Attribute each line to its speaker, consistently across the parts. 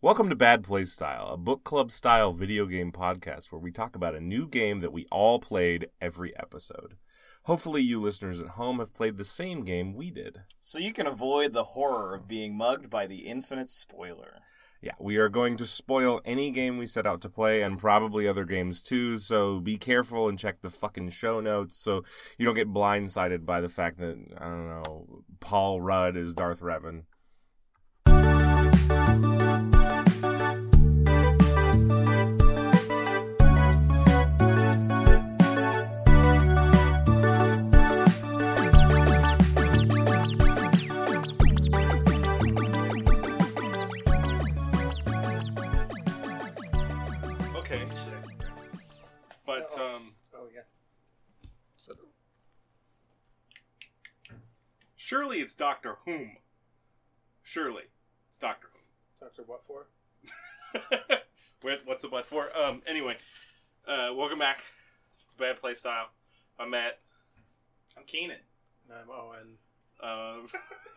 Speaker 1: Welcome to Bad Play Style, a book club style video game podcast where we talk about a new game that we all played every episode. Hopefully, you listeners at home have played the same game we did.
Speaker 2: So you can avoid the horror of being mugged by the infinite spoiler.
Speaker 1: Yeah, we are going to spoil any game we set out to play and probably other games too, so be careful and check the fucking show notes so you don't get blindsided by the fact that, I don't know, Paul Rudd is Darth Revan. Okay, but, um,.
Speaker 3: Oh yeah. So
Speaker 1: Surely it's Doctor Whom. Surely it's Doctor
Speaker 3: Doctor What for?
Speaker 1: Whom. Where, what's the butt for? Um. Anyway, uh, welcome back to Bad Play Style. I'm Matt.
Speaker 2: I'm Keenan.
Speaker 3: And I'm
Speaker 1: oh,
Speaker 3: Owen.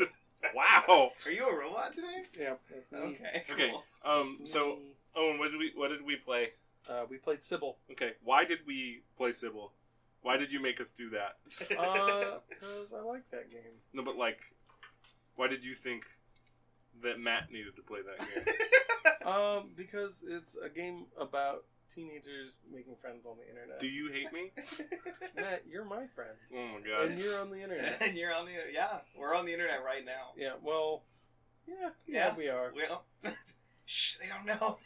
Speaker 1: Um. wow.
Speaker 2: Are you a robot today?
Speaker 3: Yeah, that's me.
Speaker 1: Okay. Um. So, Owen, what did we what did we play?
Speaker 3: Uh, we played Sybil.
Speaker 1: Okay. Why did we play Sybil? Why did you make us do that?
Speaker 3: Uh, because I like that game.
Speaker 1: No, but like, why did you think that Matt needed to play that game?
Speaker 3: Um, because it's a game about teenagers making friends on the internet.
Speaker 1: do you hate me?
Speaker 3: Matt, you're my friend,
Speaker 1: Oh my god.
Speaker 3: and you're on the internet.
Speaker 4: and you're on the yeah, we're on the internet right now.
Speaker 3: yeah. Well. Yeah, yeah,
Speaker 4: Yeah.
Speaker 3: we are.
Speaker 4: Well, shh, they don't know.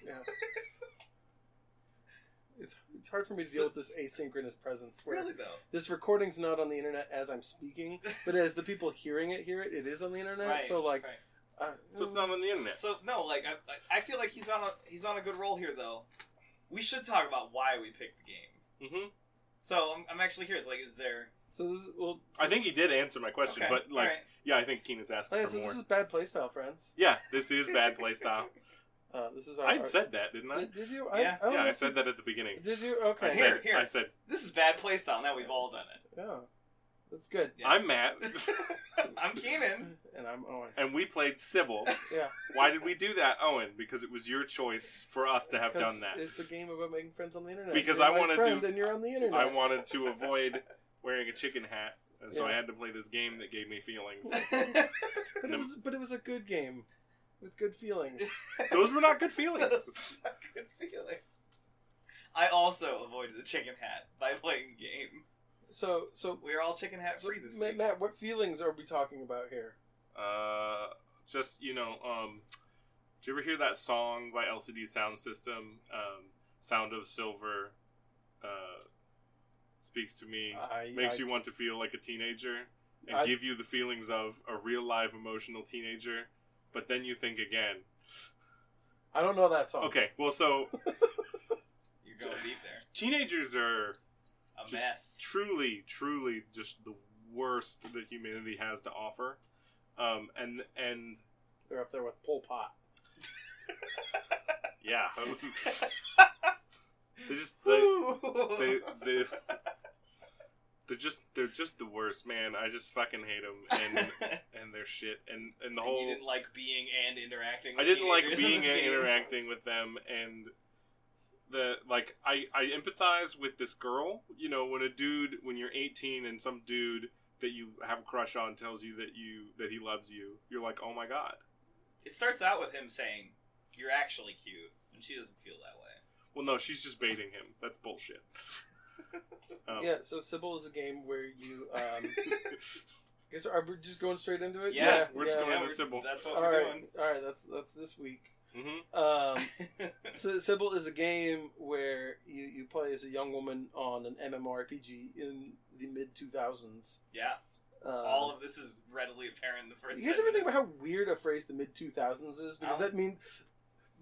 Speaker 3: It's it's hard for me to deal with this asynchronous presence where
Speaker 4: Really though,
Speaker 3: this recording's not on the internet as I'm speaking, but as the people hearing it hear it, it is on the internet.
Speaker 4: Right,
Speaker 3: So like,
Speaker 4: right.
Speaker 3: uh,
Speaker 1: So it's not on the internet.
Speaker 4: so no, like I- I, I feel like he's on a he's on a good roll here though. We should talk about why we picked the game.
Speaker 1: Mm-hmm.
Speaker 4: So I'm, I'm actually curious. Like, is there?
Speaker 3: so this is well.
Speaker 1: I think he did answer my question,
Speaker 4: okay,
Speaker 1: but like,
Speaker 4: all right.
Speaker 1: yeah, I think Keenan's asking
Speaker 3: Like I
Speaker 1: for
Speaker 3: said,
Speaker 1: more.
Speaker 3: this is bad playstyle, friends.
Speaker 1: Yeah, this is bad playstyle.
Speaker 3: Uh, this is our.
Speaker 1: I
Speaker 3: our-
Speaker 1: had said that, didn't I?
Speaker 3: Did, did you?
Speaker 4: Yeah.
Speaker 3: I, I don't
Speaker 1: Yeah,
Speaker 3: know
Speaker 1: I
Speaker 3: if
Speaker 1: said that at the beginning.
Speaker 3: you- Did you?
Speaker 1: I
Speaker 3: Okay.
Speaker 1: said,
Speaker 4: Here, here.
Speaker 1: I said,
Speaker 4: this is bad playstyle. Now we've all done it.
Speaker 3: Yeah, that's good.
Speaker 4: Yeah.
Speaker 1: I'm Matt,
Speaker 4: I'm Keenan.
Speaker 3: And I'm Owen.
Speaker 1: and we played Sybil.
Speaker 3: Yeah.
Speaker 1: Why did we do that, Owen? Because it was your choice for us to have
Speaker 3: Because
Speaker 1: done that.
Speaker 3: It's a game about making friends on the internet.
Speaker 1: Because
Speaker 3: You're
Speaker 1: I
Speaker 3: my
Speaker 1: wanna do-
Speaker 3: friend And you're on the internet.
Speaker 1: I wanted to avoid wearing a chicken hat, and so I
Speaker 3: Yeah.
Speaker 1: had to play this game that gave me feelings.
Speaker 3: but it was, but it was a good game, with good feelings.
Speaker 1: Those were not good feelings.
Speaker 4: Good feeling. I also avoided the chicken hat by playing game.
Speaker 3: So, so,
Speaker 4: We're all chicken hat
Speaker 3: so
Speaker 4: free this
Speaker 3: Ma-
Speaker 4: week.
Speaker 3: Matt, what feelings are we talking about here?
Speaker 1: Uh, just you know, um, do you ever hear that song by LCD Sound System, um, "Sound of Silver"? Uh, speaks to me.
Speaker 3: I,
Speaker 1: makes
Speaker 3: Uh, I,
Speaker 1: you want to feel like a teenager and
Speaker 3: I-
Speaker 1: give you the feelings of a real live emotional teenager but then you think again
Speaker 3: I don't know that song.
Speaker 1: okay well so
Speaker 4: You're going deep there.
Speaker 1: teenagers are
Speaker 4: A
Speaker 1: just
Speaker 4: mess.
Speaker 1: truly truly just the worst that humanity has to offer um and and
Speaker 3: They're up there with Pol Pot.
Speaker 1: yeah they just they, they, they they're just they're just the worst man i just fucking hate them and and their shit and and the
Speaker 4: And
Speaker 1: whole
Speaker 4: you didn't like being and interacting.
Speaker 1: I
Speaker 4: with
Speaker 1: didn't like
Speaker 4: teenagers in
Speaker 1: being
Speaker 4: this
Speaker 1: and
Speaker 4: game.
Speaker 1: interacting with them and the like I I empathize with this girl, you know, when a dude when you're 18 and some dude that you have a crush on tells you that you that he loves you, you're like, "Oh my god."
Speaker 4: It starts out with him saying, "You're actually cute," and she doesn't feel that way.
Speaker 1: Well, no, she's just baiting him. That's bullshit. um,
Speaker 3: Yeah, so Sybil is a game where you. Um, guess are we just going straight into it?
Speaker 4: Yeah,
Speaker 1: we're just going
Speaker 4: Yeah,
Speaker 1: into
Speaker 4: we're-
Speaker 1: Sybil.
Speaker 4: That's what
Speaker 3: All
Speaker 4: we're
Speaker 3: right,
Speaker 4: doing.
Speaker 3: all right. That's that's this week.
Speaker 1: Mhm.
Speaker 3: Um, so Sybil is a game where you, you play as a young woman on an MMORPG in the mid two thousands.
Speaker 4: Yeah,
Speaker 3: Uh,
Speaker 4: all of this is readily apparent in the first.
Speaker 3: you guys
Speaker 4: ten
Speaker 3: ever think about
Speaker 4: minutes.
Speaker 3: how weird a phrase the mid two thousands is? Because
Speaker 4: Ow.
Speaker 3: that means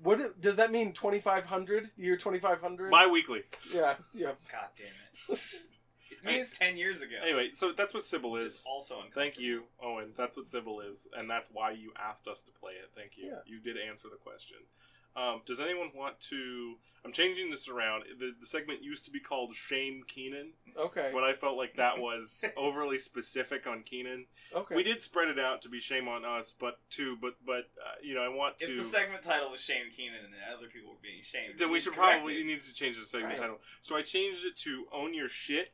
Speaker 3: what it- does that mean? Twenty five hundred year twenty five hundred.
Speaker 1: Bi-weekly.
Speaker 3: Yeah, yeah.
Speaker 4: God damn it! it means ten years ago.
Speaker 1: Anyway, so that's what Sybil
Speaker 4: which
Speaker 1: is.
Speaker 4: is also uncomfortable.
Speaker 1: Thank you, Owen. That's what Sybil is, and that's why you asked us to play it. Thank you.
Speaker 3: Yeah.
Speaker 1: You did answer the question. Um, does anyone want to? I'm changing this around. The, the segment used to be called Shame Keenan,
Speaker 3: Okay.
Speaker 1: but I felt like that was overly specific on Keenan.
Speaker 3: Okay.
Speaker 1: We did spread it out to be shame on us, but too, but but uh, you know, I want
Speaker 4: If
Speaker 1: to.
Speaker 4: the segment title was Shane Keenan and other people were being shamed,
Speaker 1: then we
Speaker 4: it's
Speaker 1: should
Speaker 4: corrected.
Speaker 1: probably it needs to change the segment
Speaker 4: Right.
Speaker 1: title. So I changed it to "Own Your Shit"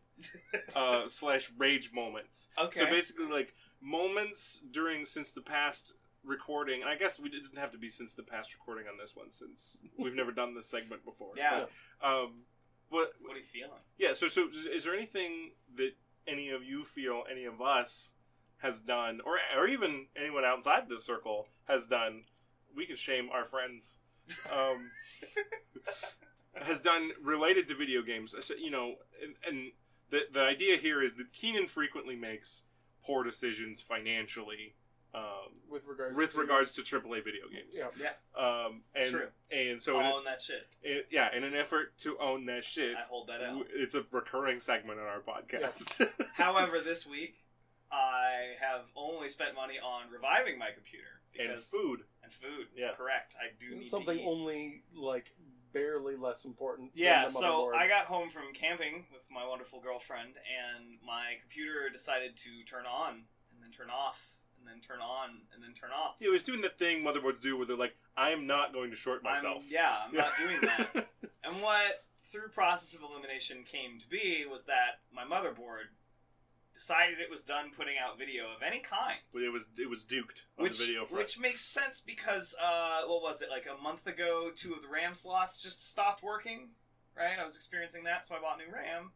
Speaker 1: uh, slash rage moments.
Speaker 4: Okay.
Speaker 1: So basically, like moments during since the past recording, and I guess we it doesn't have to be since the past recording on this one, since we've never done this segment before.
Speaker 4: yeah.
Speaker 1: Um, but
Speaker 4: What are you feeling?
Speaker 1: yeah, so so is- is there anything that any of you feel any of us has done, or or even anyone outside the circle has done? We can shame our friends. Um, has done related to video games. So, you know, and, and the the idea here is that Keenan frequently makes poor decisions financially um,
Speaker 3: with regards.
Speaker 1: with
Speaker 3: to,
Speaker 1: regards to AAA video games.
Speaker 3: Yeah.
Speaker 1: Um,
Speaker 4: It's
Speaker 1: and
Speaker 4: true.
Speaker 1: and so in,
Speaker 4: I'll own that shit.
Speaker 1: in- yeah, in an effort to own that shit,
Speaker 4: I hold that out.
Speaker 1: W- It's a recurring segment on our podcast.
Speaker 4: However, this week I have only spent money on reviving my computer
Speaker 1: and
Speaker 4: because
Speaker 1: food.
Speaker 4: and food.
Speaker 1: Yeah.
Speaker 4: Correct. I do need
Speaker 3: something
Speaker 4: to eat.
Speaker 3: only like barely less important.
Speaker 4: Yeah,
Speaker 3: Than the
Speaker 4: so
Speaker 3: motherboard.
Speaker 4: I got home from camping with my wonderful girlfriend, and my computer decided to turn on and then turn off and then turn on and then turn off.
Speaker 1: It was doing the thing motherboards do where they're like, I am not going to short myself.
Speaker 4: I'm, yeah, I'm not doing that. And what through process of elimination came to be was that my motherboard decided it was done putting out video of any kind.
Speaker 1: But it was it was duked on
Speaker 4: Which,
Speaker 1: the video front.
Speaker 4: which makes sense because uh, what was it like a month ago? Two of the RAM slots just stopped working, right? I was experiencing that, so I bought new RAM.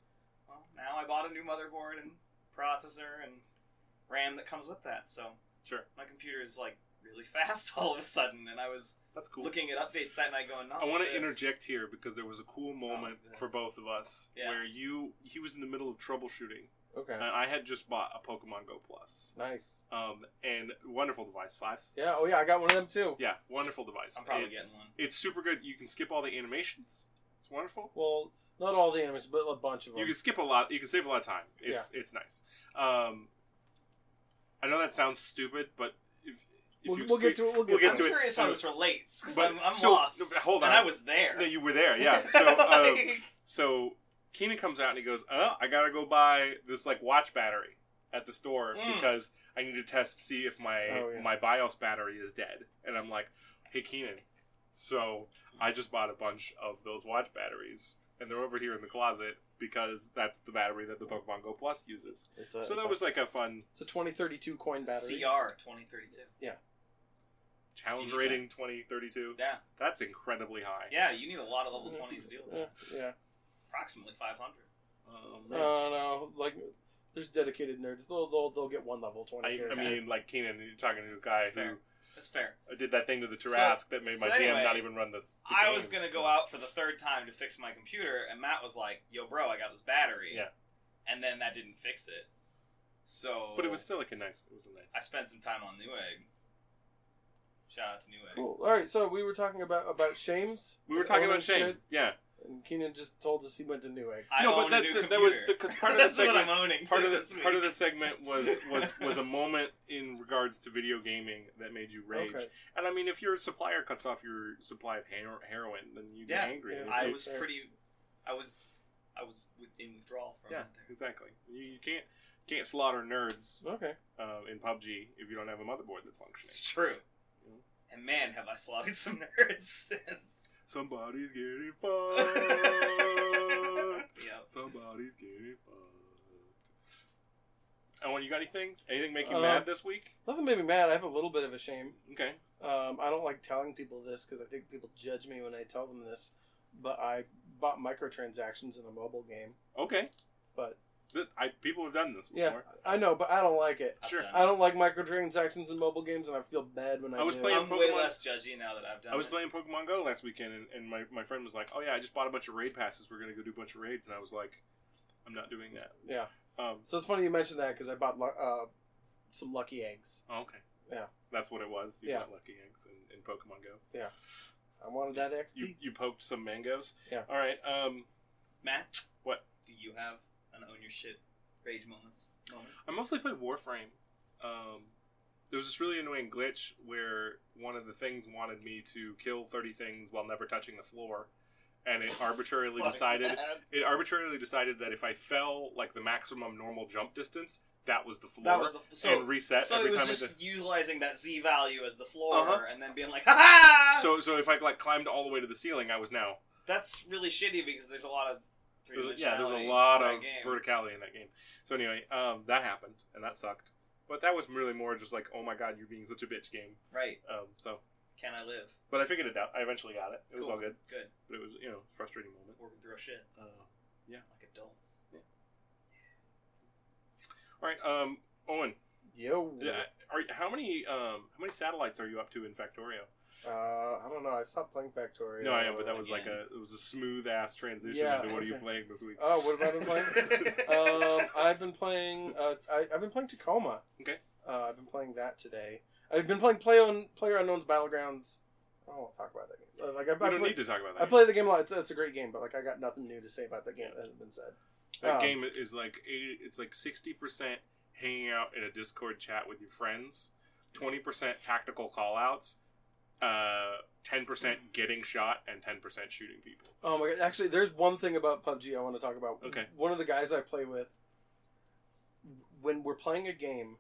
Speaker 4: Well, now I bought a new motherboard and processor and RAM that comes with that. So
Speaker 1: Sure.
Speaker 4: my computer is like really fast all of a sudden, and I was
Speaker 1: That's cool.
Speaker 4: looking at updates that night, going, "Oh,
Speaker 1: I want
Speaker 4: want
Speaker 1: to interject here because there was a cool moment
Speaker 4: Oh, yes.
Speaker 1: for both of us
Speaker 4: Yeah.
Speaker 1: where you he was in the middle of troubleshooting
Speaker 3: Okay.
Speaker 4: Uh,
Speaker 1: and I had just bought a Pokemon Go Plus.
Speaker 3: nice.
Speaker 1: Um and wonderful device fives.
Speaker 3: Yeah. Oh yeah, I got one of them too.
Speaker 1: Yeah, wonderful device.
Speaker 4: I'm probably
Speaker 1: It-
Speaker 4: getting one.
Speaker 1: it's super good. You can skip all the animations. It's wonderful.
Speaker 3: Well, not all the animals, but a bunch of them.
Speaker 1: You can skip a lot. You can save a lot of time. It's it's nice. Um, I know that sounds stupid, but if, if
Speaker 3: we'll,
Speaker 1: you
Speaker 3: we'll get to it. We'll get
Speaker 1: we'll
Speaker 3: to
Speaker 1: get
Speaker 4: I'm
Speaker 1: to it.
Speaker 4: curious how
Speaker 1: Um,
Speaker 4: this relates because
Speaker 1: but-
Speaker 4: I'm, I'm
Speaker 1: so,
Speaker 4: lost.
Speaker 1: no, but hold
Speaker 4: and
Speaker 1: on.
Speaker 4: I was there.
Speaker 1: No, you were there. Yeah. So uh,
Speaker 4: Like,
Speaker 1: so Keenan comes out and he goes, "Oh, I gotta go buy this like watch battery at the store
Speaker 4: Mm.
Speaker 1: because I need to test to see if my
Speaker 3: Oh, yeah.
Speaker 1: my BIOS battery is dead." And I'm like, "Hey, Keenan, so I just bought a bunch of those watch batteries." And they're over here in the closet because that's the battery that the Pokemon Go Plus uses.
Speaker 3: It's a,
Speaker 1: So
Speaker 3: it's
Speaker 1: that
Speaker 3: a-
Speaker 1: was like a fun
Speaker 3: It's a 2032 coin battery.
Speaker 4: CR 2032.
Speaker 1: challenge
Speaker 4: If you need
Speaker 1: rating 2032.
Speaker 4: Yeah,
Speaker 1: That's incredibly high.
Speaker 4: yeah. You need a lot of level 20s to deal with
Speaker 3: Yeah.
Speaker 4: that.
Speaker 3: Yeah.
Speaker 4: Approximately 500.
Speaker 1: Um,
Speaker 3: No,
Speaker 4: Uh,
Speaker 3: no. Like, there's dedicated nerds. They'll they'll, they'll get one level 20.
Speaker 1: I, I
Speaker 3: character.
Speaker 1: mean, like Keenan, you're talking to a guy who
Speaker 4: Fair. That's fair.
Speaker 1: did that thing to the Tarask that made
Speaker 4: so
Speaker 1: my GM
Speaker 4: anyway,
Speaker 1: not even run this. the
Speaker 4: I
Speaker 1: game.
Speaker 4: was gonna go out for the third time to fix my computer, and Matt was like, "Yo, bro, I got this battery."
Speaker 1: Yeah.
Speaker 4: And then that didn't fix it. So.
Speaker 1: but it was still like a nice. It was a nice.
Speaker 4: I spent some time on Newegg. Shout out to Newegg.
Speaker 3: Cool. All right. So we were talking about about shames.
Speaker 1: we were talking
Speaker 3: Owning
Speaker 1: about shame.
Speaker 3: shit,
Speaker 1: Yeah,
Speaker 3: and Keenan just told us he went to Newegg.
Speaker 4: I
Speaker 1: No, but
Speaker 4: own a
Speaker 1: that's
Speaker 4: new
Speaker 1: it. That was
Speaker 4: computer.
Speaker 1: the- 'cause part of the
Speaker 4: That's what
Speaker 1: segment-
Speaker 4: I'm owning.
Speaker 1: part of the
Speaker 4: this week.
Speaker 1: part of the segment was was was a moment in regards to video gaming that made you rage.
Speaker 3: Okay.
Speaker 1: And I mean, if your supplier cuts off your supply of hero- heroin, then you get
Speaker 4: Yeah.
Speaker 1: angry.
Speaker 3: Yeah.
Speaker 1: If
Speaker 4: I
Speaker 1: you-
Speaker 4: was pretty. I was. I was with, in withdrawal from
Speaker 1: Yeah,
Speaker 4: it there.
Speaker 1: exactly. You, you can't can't slaughter nerds
Speaker 3: Okay.
Speaker 1: um, in PUBG if you don't have a motherboard that's functioning.
Speaker 4: It's true. And man, have I slaughtered some nerds since.
Speaker 1: Somebody's getting
Speaker 4: Yep.
Speaker 1: Somebody's getting fucked. Owen, you got anything? Anything make you
Speaker 3: Uh,
Speaker 1: mad this week?
Speaker 3: Nothing made me mad. I have a little bit of a shame.
Speaker 1: Okay.
Speaker 3: Um, I don't like telling people this because I think people judge me when I tell them this. But I bought microtransactions in a mobile game.
Speaker 1: Okay.
Speaker 3: But
Speaker 1: Th- I, people have done this
Speaker 3: yeah,
Speaker 1: before.
Speaker 3: I know, but I don't like it.
Speaker 4: I've
Speaker 1: Sure.
Speaker 4: done it.
Speaker 3: I don't like microtransactions in mobile games, and I feel bad when I,
Speaker 1: I was
Speaker 3: do.
Speaker 1: playing-
Speaker 4: I'm way
Speaker 1: Pokemon-
Speaker 4: less judgy now that I've done.
Speaker 1: I was
Speaker 4: it.
Speaker 1: playing Pokemon Go last weekend, and, and my, my friend was like, Oh, yeah, I just bought a bunch of raid passes. We're going to go do a bunch of raids. And I was like, I'm not doing that.
Speaker 3: Yeah.
Speaker 1: Um,
Speaker 3: So it's funny you mentioned that because I bought lu- uh, some lucky eggs.
Speaker 1: oh, okay.
Speaker 3: Yeah.
Speaker 1: That's what it was. You
Speaker 3: Yeah.
Speaker 1: got Lucky Eggs in, in Pokemon Go.
Speaker 3: I wanted that XP.
Speaker 1: You, you poked some mangoes.
Speaker 3: Yeah.
Speaker 1: All right. Um,
Speaker 4: Matt,
Speaker 1: What?
Speaker 4: do you have an own your shit rage moments? Moment?
Speaker 1: I mostly play Warframe. Um, there was this really annoying glitch where one of the things wanted me to kill 30 things while never touching the floor and it arbitrarily
Speaker 5: Fuck
Speaker 1: decided
Speaker 5: that.
Speaker 1: it arbitrarily decided that if i fell like the maximum normal jump distance that was the floor
Speaker 4: That was the so.
Speaker 1: and reset
Speaker 4: so
Speaker 1: every
Speaker 4: it was
Speaker 1: time
Speaker 4: just
Speaker 1: i did
Speaker 4: utilizing that Z value as the floor,
Speaker 1: Uh-huh.
Speaker 4: and then being like, "Ha ha!"
Speaker 1: so so if i like climbed all the way to the ceiling i was now
Speaker 4: that's really shitty because there's a lot of
Speaker 1: There's a- yeah, there's
Speaker 4: three-dimensionality
Speaker 1: a lot
Speaker 4: to that
Speaker 1: of
Speaker 4: game.
Speaker 1: verticality in that game. So anyway, um, that happened and that sucked. But that was really more just like, oh my god, you're being such a bitch game.
Speaker 4: right.
Speaker 1: Um, so,
Speaker 4: Can I live?
Speaker 1: but I figured it out. I eventually got it. It was
Speaker 4: Cool.
Speaker 1: all good,
Speaker 4: Good.
Speaker 1: but it was you know frustrating moment.
Speaker 4: Working through our shit
Speaker 1: Uh,
Speaker 4: like adults.
Speaker 1: all right, um, Owen,
Speaker 3: Yo.
Speaker 1: yeah, are how many um how many satellites are you up to in Factorio?
Speaker 3: Uh, I don't know. I stopped playing Factorio.
Speaker 1: No, I know, but that was like
Speaker 4: Again.
Speaker 1: a it was a smooth ass transition
Speaker 3: Yeah.
Speaker 1: into what are you playing this week?
Speaker 3: Oh, what have I been playing? um, I've been playing. Uh, I, I've been playing Tacoma.
Speaker 1: Okay.
Speaker 3: Uh, I've been playing that today. I've been playing Play on Player Unknown's Battlegrounds. I don't want to talk about that game. Uh, Like I,
Speaker 1: we
Speaker 3: I,
Speaker 1: don't
Speaker 3: play,
Speaker 1: need to talk about that.
Speaker 3: I play the game a lot. It's, it's a great game, but like I got nothing new to say about that game that hasn't been said.
Speaker 1: That
Speaker 3: Um,
Speaker 1: game is like eight- it's like sixty percent hanging out in a Discord chat with your friends, twenty percent tactical callouts, uh, ten percent getting shot, and ten percent shooting people.
Speaker 3: Oh my god! Actually, there's one thing about PUBG I want to talk about.
Speaker 1: Okay.
Speaker 3: One of the guys I play with, when we're playing a game,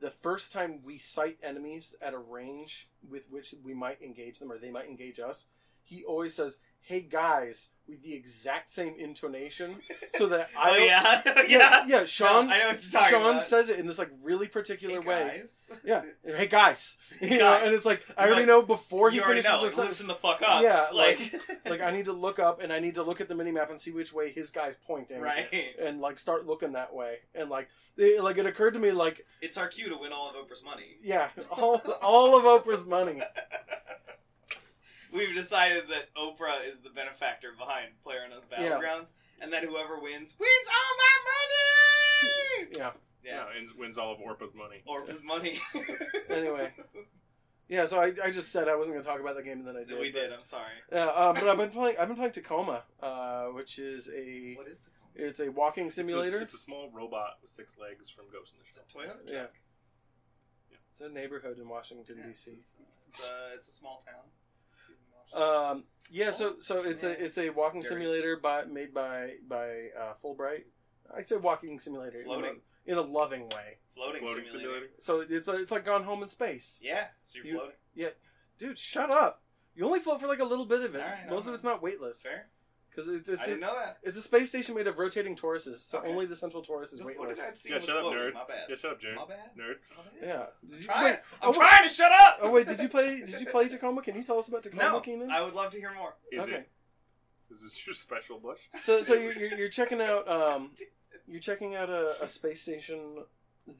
Speaker 3: the first time we sight enemies at a range with which we might engage them or they might engage us, he always says, "Hey guys," with the exact same intonation, so that I
Speaker 4: oh
Speaker 3: don't-
Speaker 4: yeah,
Speaker 3: yeah
Speaker 4: yeah.
Speaker 3: yeah Sean
Speaker 4: No, I know what you're talking
Speaker 3: Sean
Speaker 4: about.
Speaker 3: says it in this like really
Speaker 4: Hey,
Speaker 3: particular way.
Speaker 4: guys.
Speaker 3: Yeah. Hey guys. You know,
Speaker 4: Guys.
Speaker 3: and it's like I
Speaker 4: You're
Speaker 3: already
Speaker 4: like,
Speaker 3: know before he
Speaker 4: you already
Speaker 3: finishes
Speaker 4: know.
Speaker 3: the
Speaker 4: Like,
Speaker 3: sentence.
Speaker 4: listen the fuck up.
Speaker 3: Yeah,
Speaker 4: like,
Speaker 3: Like I need to look up and I need to look at the minimap and see which way his guy's pointing.
Speaker 4: right.
Speaker 3: And like start looking that way. And like it, like it occurred to me like
Speaker 4: It's our cue to win all of Oprah's money.
Speaker 3: yeah, all all of Oprah's money.
Speaker 4: We've decided that Oprah is the benefactor behind Player on the
Speaker 3: Yeah.
Speaker 4: Battlegrounds, and that whoever wins wins all my money.
Speaker 3: Yeah.
Speaker 1: Yeah,
Speaker 4: Yeah,
Speaker 1: and wins all of Orpa's money.
Speaker 4: Oprah's money.
Speaker 3: Anyway. Yeah, so I, I just said I wasn't going to talk about the game and then I did.
Speaker 4: we did. I'm sorry.
Speaker 3: Yeah, um, but I've been playing I've been playing Tacoma, uh, which is a
Speaker 4: What is Tacoma?
Speaker 3: it's a walking
Speaker 1: It's a-
Speaker 3: simulator.
Speaker 1: It's a, small robot with six legs from Ghost in the
Speaker 4: Is
Speaker 1: Shell.
Speaker 4: it Toyota?
Speaker 3: yeah. It's a neighborhood in Washington D.C.
Speaker 4: It's, it's, uh, it's a small town. It's even more-
Speaker 3: Um, yeah, so so it's a
Speaker 4: Yeah.
Speaker 3: it's a walking
Speaker 4: Very.
Speaker 3: simulator by made by by uh, Fulbright. I say walking simulator in a-
Speaker 4: Floating.
Speaker 3: in a, loving way.
Speaker 4: floating,
Speaker 1: Floating
Speaker 4: simulator.
Speaker 1: simulator.
Speaker 3: So it's it's like gone home in space.
Speaker 4: Yeah, so you're
Speaker 3: You-
Speaker 4: floating.
Speaker 3: Dude, shut up! You only float for like a little bit of it.
Speaker 4: All right,
Speaker 3: Most
Speaker 4: all
Speaker 3: of it's not weightless
Speaker 4: Fair.
Speaker 3: because it's it's
Speaker 4: I didn't
Speaker 3: a,
Speaker 4: know that.
Speaker 3: it's a space station made of rotating toruses, so
Speaker 4: Okay.
Speaker 3: only the central torus is
Speaker 4: The footage
Speaker 3: weightless.
Speaker 4: I'd seen
Speaker 1: Yeah,
Speaker 4: was
Speaker 1: shut up,
Speaker 4: floating.
Speaker 1: nerd.
Speaker 4: My bad.
Speaker 1: Yeah, shut up, Jared.
Speaker 4: My bad.
Speaker 1: Nerd.
Speaker 4: My bad.
Speaker 3: Yeah. Did you,
Speaker 4: Trying-
Speaker 3: wait,
Speaker 4: I'm
Speaker 3: oh, wait,
Speaker 4: trying to shut up.
Speaker 3: oh wait, did you play? Did you play Tacoma? Can you tell us about Tacoma,
Speaker 4: No,
Speaker 3: Keenan?
Speaker 4: I would love to hear more.
Speaker 1: Is
Speaker 3: okay.
Speaker 1: it? Is this your special bush?
Speaker 3: So, so you're, you're, you're checking out um, you're checking out a, a space station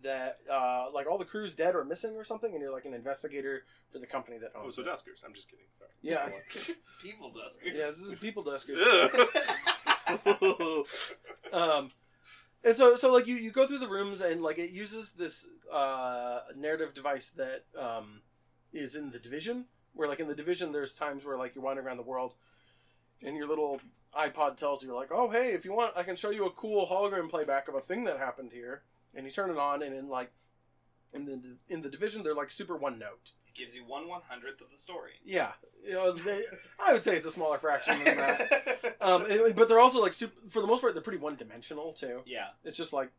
Speaker 3: that uh, like all the crew's dead or missing or something, and you're like an investigator for the company that
Speaker 1: Oh,
Speaker 3: owns
Speaker 1: so
Speaker 3: it.
Speaker 1: Duskers. I'm just kidding. Sorry.
Speaker 3: Yeah,
Speaker 4: People does.
Speaker 3: yeah. This is people duskers.
Speaker 1: Ugh.
Speaker 3: um, and so so like you you go through the rooms and like it uses this uh, narrative device that um, is in the division where like in the division there's times where like you're wandering around the world and your little iPod tells you like oh hey if you want I can show you a cool hologram playback of a thing that happened here and you turn it on and in like in the in the division they're like super one note
Speaker 4: It gives you one one hundredth of the story.
Speaker 3: yeah you know, they, I would say it's a smaller fraction than that um, it- but they're also like super, for the most part they're pretty one dimensional too
Speaker 4: yeah,
Speaker 3: it's just like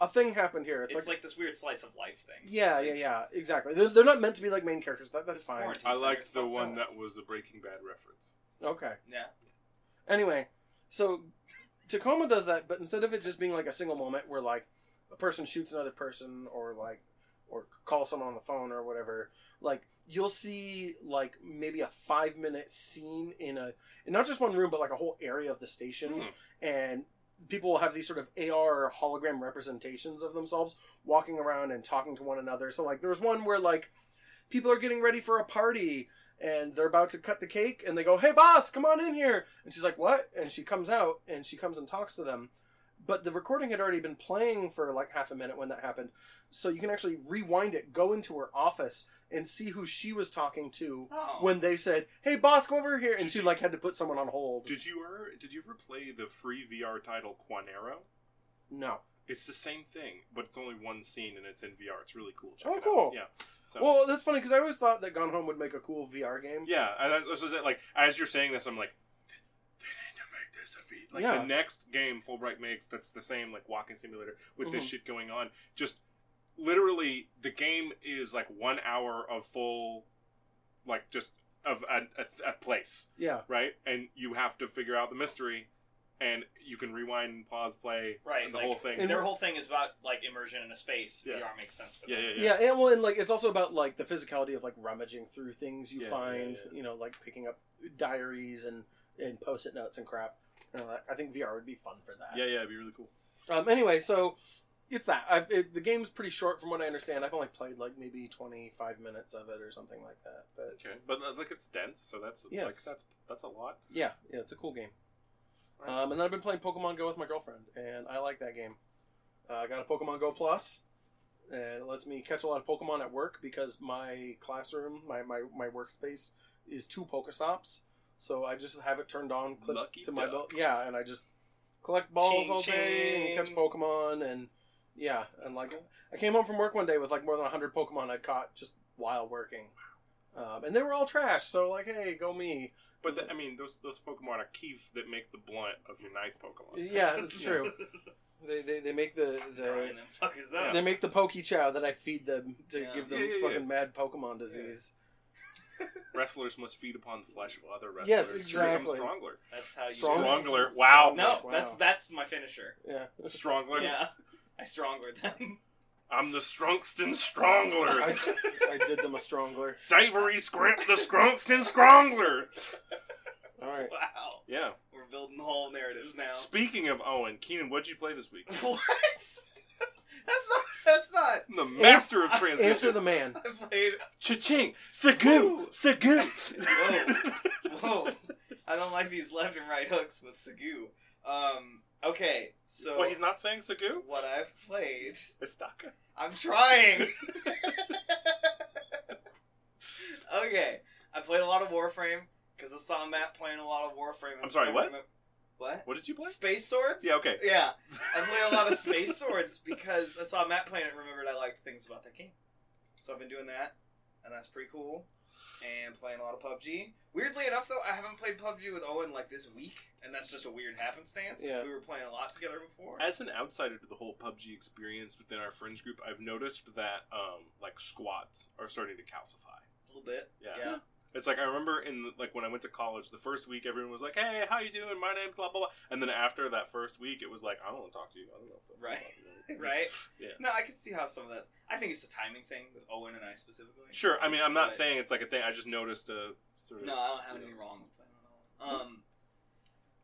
Speaker 3: a thing happened here. It's,
Speaker 4: it's, like,
Speaker 3: like,
Speaker 4: this weird slice of life thing.
Speaker 3: yeah, yeah, yeah, exactly. They're, they're not meant to be like main characters. That, that's
Speaker 4: It's
Speaker 3: fine.
Speaker 4: quarantine.
Speaker 1: I
Speaker 4: He's
Speaker 1: liked the
Speaker 4: fucked
Speaker 1: one
Speaker 4: up.
Speaker 1: that was the Breaking Bad reference.
Speaker 3: Okay.
Speaker 4: Yeah,
Speaker 3: Anyway, so Tacoma does that, but instead of it just being like a single moment where like a person shoots another person or like or calls someone on the phone or whatever, like you'll see like maybe a five minute scene in a in not just one room but like a whole area of the station
Speaker 1: Hmm.
Speaker 3: and people will have these sort of AR hologram representations of themselves walking around and talking to one another. So like there was one where like people are getting ready for a party and they're about to cut the cake and they go, "Hey boss, come on in here." And she's like, "What?" And she comes out and she comes and talks to them. But the recording had already been playing for like half a minute when that happened. So you can actually rewind it, go into her office and see who she was talking to
Speaker 4: oh.
Speaker 3: when they said, "Hey boss, come over here." And she like had to put someone on hold.
Speaker 1: Did you ever did you ever play the free VR title Quanero?
Speaker 3: No.
Speaker 1: It's the same thing, but it's only one scene and it's in VR. It's really cool. Check
Speaker 3: Oh,
Speaker 1: it
Speaker 3: cool.
Speaker 1: Out. Yeah. So,
Speaker 3: Well, that's funny because I always thought that Gone Home would make a cool VR game.
Speaker 1: yeah, and that's, this is it. Like as you're saying this, I'm like, they need to make this a V. Like
Speaker 3: Yeah.
Speaker 1: the next game Fulbright makes that's the same like walking simulator with this
Speaker 3: Mhm.
Speaker 1: shit going on. Just literally, the game is like one hour of full, like just of a, a, a place.
Speaker 3: Yeah.
Speaker 1: right? And you have to figure out the mystery, and you can rewind, pause, play,
Speaker 4: Right,
Speaker 1: and the
Speaker 4: like-
Speaker 1: whole thing.
Speaker 3: And-
Speaker 4: Their whole thing is about like immersion in a space.
Speaker 1: Yeah.
Speaker 4: VR makes sense for
Speaker 1: yeah,
Speaker 4: them.
Speaker 1: yeah, yeah.
Speaker 3: Yeah. and well, and like it's also about like the physicality of like rummaging through things you
Speaker 1: Yeah,
Speaker 3: find,
Speaker 1: yeah, yeah.
Speaker 3: you know, like picking up diaries and and post-it notes and crap. You know, I- I think VR would be fun for that.
Speaker 1: yeah, yeah. It'd be really cool.
Speaker 3: Um, anyway, so it's that. I, it, the game's pretty short, from what I understand. I've only played like maybe twenty five minutes of it or something like that. But
Speaker 1: Okay, but uh, like it's dense, so that's
Speaker 3: Yeah.
Speaker 1: like that's that's a lot.
Speaker 3: yeah, yeah, it's a cool game.
Speaker 1: Right.
Speaker 3: Um, and then I've been playing Pokemon Go with my girlfriend, and I like that game. Uh, I got a Pokemon Go Plus, and it lets me catch a lot of Pokemon at work because my classroom, my my, my workspace, is two Pokestops. So I just have it turned on, clip
Speaker 1: Lucky
Speaker 3: to my
Speaker 1: duck.
Speaker 3: belt, yeah, and I just collect balls
Speaker 4: Ching,
Speaker 3: all day and catch
Speaker 4: ching.
Speaker 3: Pokemon, and yeah, and like
Speaker 4: cool.
Speaker 3: I came home from work one day with like more than hundred Pokemon I'd caught just while working, um, and they were all trash. So like, hey, go me.
Speaker 1: But th- I mean, those those Pokemon are keef that make the blunt of your nice Pokemon.
Speaker 3: Yeah, that's true. They, they, they make the, the
Speaker 4: Drawing them fuckers up.
Speaker 3: They make the poke chow that I feed them to
Speaker 4: Yeah.
Speaker 3: give them
Speaker 1: Yeah, yeah,
Speaker 3: fucking mad Pokemon disease.
Speaker 1: Wrestlers must feed upon the flesh of other wrestlers
Speaker 3: Yes,
Speaker 1: to
Speaker 3: exactly.
Speaker 1: become stronger.
Speaker 4: That's how Uh, you.
Speaker 3: Strong-
Speaker 1: Strongler. Wow.
Speaker 4: No,
Speaker 3: Wow.
Speaker 4: that's that's my finisher.
Speaker 3: Yeah.
Speaker 1: Strongler.
Speaker 4: Yeah, I stronglered them.
Speaker 1: I'm the Strunkston Strongler.
Speaker 3: I, I did them a strongler.
Speaker 1: Savory Scrimp the Strunkston Strongler.
Speaker 3: All right.
Speaker 4: Wow,
Speaker 1: Yeah.
Speaker 4: we're building whole narratives now.
Speaker 1: Speaking of Owen, Keenan, what'd you play this week?
Speaker 4: what? That's not. That's not.
Speaker 1: The master of
Speaker 4: Answer
Speaker 1: transition.
Speaker 3: uh, Answer the man.
Speaker 4: I played.
Speaker 1: Cha-ching! Sagoo! Sagoo!
Speaker 4: Whoa, I don't like these left and right hooks with Sagu. Um. Okay, so
Speaker 1: Wait, he's not saying Sagoo?
Speaker 4: what I've played.
Speaker 1: Estaka.
Speaker 4: I'm trying. okay, I played a lot of Warframe because I saw Matt playing a lot of Warframe.
Speaker 1: I'm sorry, what?
Speaker 4: What?
Speaker 1: What did you play?
Speaker 4: Space swords?
Speaker 1: Yeah, okay.
Speaker 4: Yeah, I played a lot of space swords because I saw Matt playing it. and Remembered I liked things about that game, so I've been doing that, and that's pretty cool. And playing a lot of PUBG. Weirdly enough, though, I haven't played PUBG with Owen like this week, and that's just a weird happenstance. 'cause
Speaker 3: Yeah.
Speaker 4: we were playing a lot together before.
Speaker 1: As an outsider to the whole PUBG experience within our friends group, I've noticed that um, like squads are starting to calcify.
Speaker 4: a little bit.
Speaker 1: Yeah.
Speaker 4: yeah.
Speaker 1: It's like I remember in the, like when I went to college, the first week everyone was like, "Hey, how you doing? My name's blah blah blah," and then after that first week, it was like, "I don't want to talk to you. I don't know." if I
Speaker 4: Right.
Speaker 1: wanna talk to you."
Speaker 4: right?
Speaker 1: Yeah.
Speaker 4: No, I can see how some of that's. I think it's a timing thing with Owen and I specifically.
Speaker 1: Sure. I mean, I'm not
Speaker 4: But-
Speaker 1: saying it's like a thing. I just noticed a sort of
Speaker 4: No, I don't have anything wrong with playing with Owen. Um,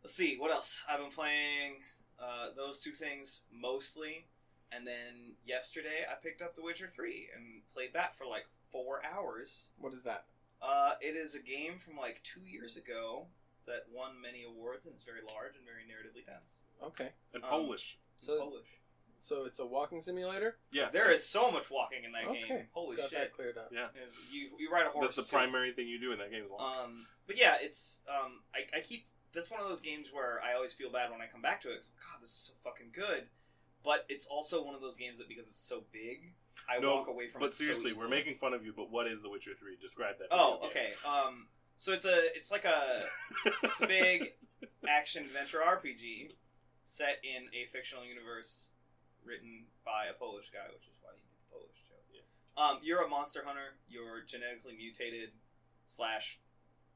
Speaker 4: let's see what else. I've been playing uh, those two things mostly, and then yesterday I picked up The Witcher Three and played that for like four hours.
Speaker 3: What is that?
Speaker 4: Uh, it is a game from like two years ago that won many awards and it's very large and very narratively dense.
Speaker 3: Okay.
Speaker 1: and
Speaker 4: Um,
Speaker 1: Polish.
Speaker 4: It's
Speaker 3: Oh, So-
Speaker 4: Polish.
Speaker 3: So it's a walking simulator.
Speaker 1: Yeah.
Speaker 4: There is so much walking in that game.
Speaker 3: Okay.
Speaker 4: Holy
Speaker 3: Got that
Speaker 4: shit!
Speaker 3: cleared up.
Speaker 1: Yeah.
Speaker 4: There's- You you ride a horse.
Speaker 1: That's the
Speaker 4: too.
Speaker 1: primary thing you do in that game. Is walk.
Speaker 4: Um, but yeah, it's um, I, I keep that's one of those games where I always feel bad when I come back to it. 'cause, God, this is so fucking good. But it's also one of those games that because it's so big, I
Speaker 1: No,
Speaker 4: walk away from. it
Speaker 1: but
Speaker 4: so
Speaker 1: seriously, we're
Speaker 4: easily.
Speaker 1: making fun of you. But what is The Witcher Three? Describe that.
Speaker 4: Oh,
Speaker 1: video game.
Speaker 4: okay. Um, so it's a it's like a it's a big action adventure RPG set in a fictional universe written by a Polish guy, which is why you did the Polish joke. Um, you're a monster hunter. You're genetically mutated, slash,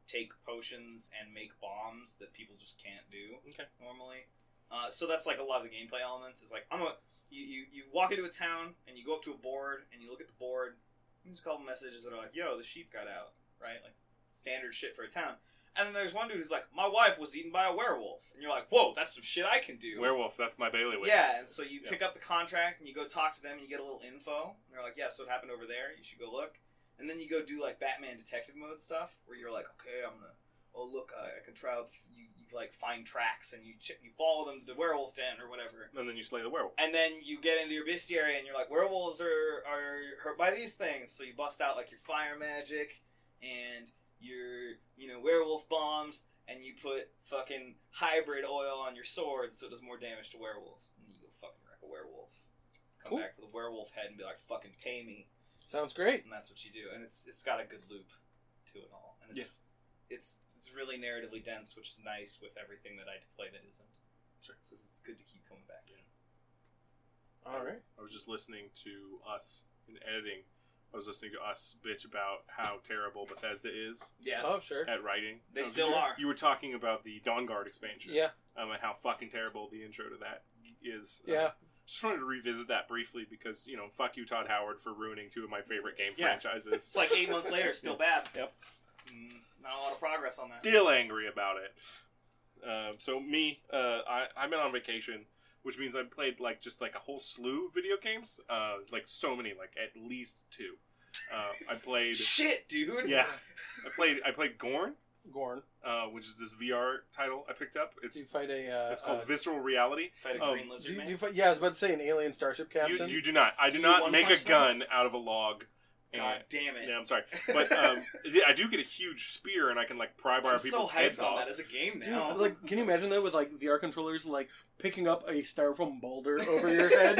Speaker 4: take potions and make bombs that people just can't do
Speaker 1: Okay.
Speaker 4: normally. Uh, so that's like a lot of the gameplay elements. Is like I'm a you, you you walk into a town and you go up to a board and you look at the board. and There's a couple messages that are like, "Yo, the sheep got out," right? Like standard shit for a town. And then there's one dude who's like, "My wife was eaten by a werewolf," and you're like, "Whoa, that's some shit I can do."
Speaker 1: werewolf. That's my bailiwick.
Speaker 4: Yeah, and so you
Speaker 1: Yeah.
Speaker 4: pick up the contract and you go talk to them and you get a little info. And they're like, yeah, so it happened over there. You should go look. And then you go do like Batman detective mode stuff where you're like, okay, I'm gonna. Oh look, I, I can try out. You, you like find tracks and you ch- you follow them to the werewolf den or whatever.
Speaker 1: And then you slay the werewolf.
Speaker 4: And then you get into your bestiary and you're like, werewolves are, are hurt by these things. So you bust out like your fire magic and your, you know, werewolf bombs and you put fucking hybrid oil on your sword so it does more damage to werewolves. And you go fucking wreck a werewolf. Come
Speaker 3: Cool.
Speaker 4: back with a werewolf head and be like, "Fucking pay me,"
Speaker 3: Sounds great.
Speaker 4: and that's what you do. And it's it's got a good loop to it all, and it's it's it's really narratively dense, which is nice with everything that I play that isn't. Sure. So it's good to keep coming back. to.
Speaker 3: All right.
Speaker 1: I was just listening to us in editing. I was listening to us bitch about how terrible Bethesda is
Speaker 4: Yeah.
Speaker 3: Oh, sure.
Speaker 1: at writing.
Speaker 4: They
Speaker 1: I was
Speaker 4: still
Speaker 1: just-
Speaker 4: are.
Speaker 1: You were talking about the Dawn Guard expansion.
Speaker 3: Yeah.
Speaker 1: Um, and how fucking terrible the intro to that is. Uh,
Speaker 3: Yeah.
Speaker 1: just wanted to revisit that briefly because you know, fuck you, Todd Howard, for ruining two of my favorite game
Speaker 4: Yeah. It's
Speaker 1: franchises.
Speaker 4: like eight months later, it's still bad.
Speaker 1: Yep.
Speaker 4: Mm, not a lot of progress on that.
Speaker 1: Still angry about it. Um, so me, uh, I I've been on vacation, which means I played like just like a whole slew of video games. Uh, like so many, like at least two. Uh, I played.
Speaker 4: Shit, dude.
Speaker 1: Yeah, I played. I played Gorn,
Speaker 3: Gorn.
Speaker 1: uh, which is this VR title I picked up. It's
Speaker 3: Do you fight a? Uh,
Speaker 1: it's called
Speaker 3: uh,
Speaker 1: Visceral Reality.
Speaker 4: Fight a
Speaker 1: Um,
Speaker 4: green
Speaker 3: do
Speaker 4: lizard
Speaker 3: you,
Speaker 4: man.
Speaker 3: do you fight, yeah, I was about to say an alien starship
Speaker 1: You,
Speaker 3: captain.
Speaker 1: you do not. I do
Speaker 4: You
Speaker 1: not
Speaker 4: one
Speaker 1: make a
Speaker 4: punch
Speaker 1: gun out of a log. And,
Speaker 4: God damn it.
Speaker 1: yeah, I'm sorry, but um, yeah, I do get a huge spear, and I can like pry bar
Speaker 4: I'm
Speaker 1: people's
Speaker 4: so hyped
Speaker 1: heads
Speaker 4: on
Speaker 1: off.
Speaker 4: that as a game
Speaker 3: Dude,
Speaker 4: now.
Speaker 3: like, can you imagine that with like VR controllers, like picking up a styrofoam boulder over your head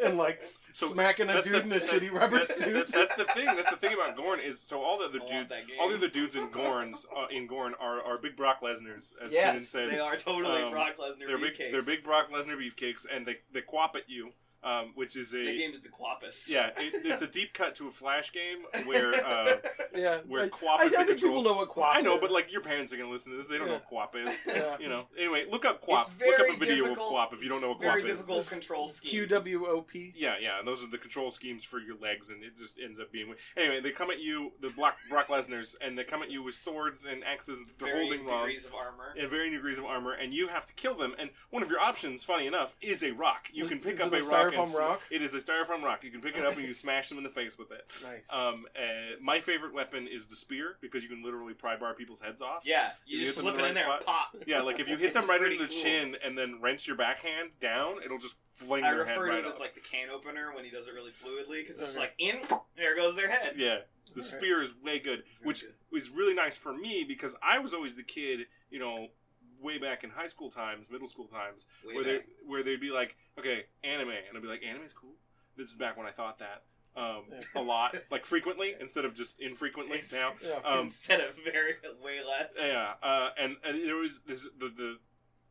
Speaker 3: and like
Speaker 1: So,
Speaker 3: smacking a dude in a shitty rubber
Speaker 1: that's,
Speaker 3: suit?
Speaker 1: That's, that's the thing. That's the thing about Gorn is so all the
Speaker 4: I
Speaker 1: other
Speaker 4: want
Speaker 1: dudes,
Speaker 4: Oh, that game.
Speaker 1: all the other dudes in Gorns uh, in Gorn are, are big Brock Lesnar's, as
Speaker 4: yes,
Speaker 1: Kenan said.
Speaker 4: they are totally
Speaker 1: um,
Speaker 4: Brock Lesnar
Speaker 1: they're big.
Speaker 4: beefcakes.
Speaker 1: They're big Brock Lesnar beefcakes, and they they quap at you, um, which is a
Speaker 4: The game is the quappest.
Speaker 1: yeah. It, it's a deep cut to a flash game where uh,
Speaker 3: yeah.
Speaker 1: where
Speaker 3: like,
Speaker 1: quap
Speaker 3: I, I
Speaker 1: is the
Speaker 3: think people
Speaker 1: controls.
Speaker 3: know what quap
Speaker 1: I know,
Speaker 3: is.
Speaker 1: but like your parents are gonna listen to this. They don't know
Speaker 3: Yeah.
Speaker 1: what quap is.
Speaker 3: Yeah.
Speaker 1: You know. Anyway, look up quap.
Speaker 4: It's
Speaker 1: Look
Speaker 4: very
Speaker 1: up a video of
Speaker 4: difficult-
Speaker 1: quap if you don't know what quap
Speaker 4: very
Speaker 1: is.
Speaker 4: difficult control scheme.
Speaker 3: Q W O P.
Speaker 1: Yeah, yeah. And those are the control schemes for your legs, and it just ends up being. Anyway, they come at you, the Brock, Brock Lesnar's, and they come at you with swords and axes. They're
Speaker 4: Varying
Speaker 1: holding long.
Speaker 4: degrees of armor.
Speaker 1: And varying degrees of armor, and you have to kill them. And one of your options, funny enough, is a rock. You can pick
Speaker 3: Is
Speaker 1: up
Speaker 3: it a
Speaker 1: rock. and
Speaker 3: styrofoam
Speaker 1: sm-
Speaker 3: rock?
Speaker 1: It is a styrofoam rock. You can pick it up and you smash them in the face with it.
Speaker 3: Nice.
Speaker 1: Um, uh, my favorite weapon is the spear because you can literally pry bar people's heads off.
Speaker 4: Yeah, you,
Speaker 1: You
Speaker 4: just
Speaker 1: hit
Speaker 4: slip
Speaker 1: them
Speaker 4: it
Speaker 1: in
Speaker 4: in
Speaker 1: the
Speaker 4: there
Speaker 1: right
Speaker 4: and pop.
Speaker 1: Yeah, like if you hit them
Speaker 4: It's
Speaker 1: right under
Speaker 4: pretty
Speaker 1: the
Speaker 4: cool.
Speaker 1: chin and then wrench your backhand down, it'll just fling
Speaker 4: I
Speaker 1: your head
Speaker 4: refer to
Speaker 1: right
Speaker 4: it
Speaker 1: up.
Speaker 4: as like the can opener when he does it really fluidly because it's just
Speaker 3: Okay.
Speaker 4: like in there goes their head.
Speaker 1: yeah, the
Speaker 3: Alright.
Speaker 1: spear is way good,
Speaker 4: Very
Speaker 1: which
Speaker 4: good.
Speaker 1: was really nice for me because I was always the kid, you know, way back in high school times, middle school times,
Speaker 4: Way
Speaker 1: where they
Speaker 4: back.
Speaker 1: where they'd be like, okay, anime, and I'd be like, anime's cool. This is back when I thought that um,
Speaker 3: Yeah.
Speaker 1: a lot, like frequently instead of just infrequently now.
Speaker 3: yeah.
Speaker 1: Um,
Speaker 4: instead of very way less.
Speaker 1: Yeah, uh, and and there was this, the the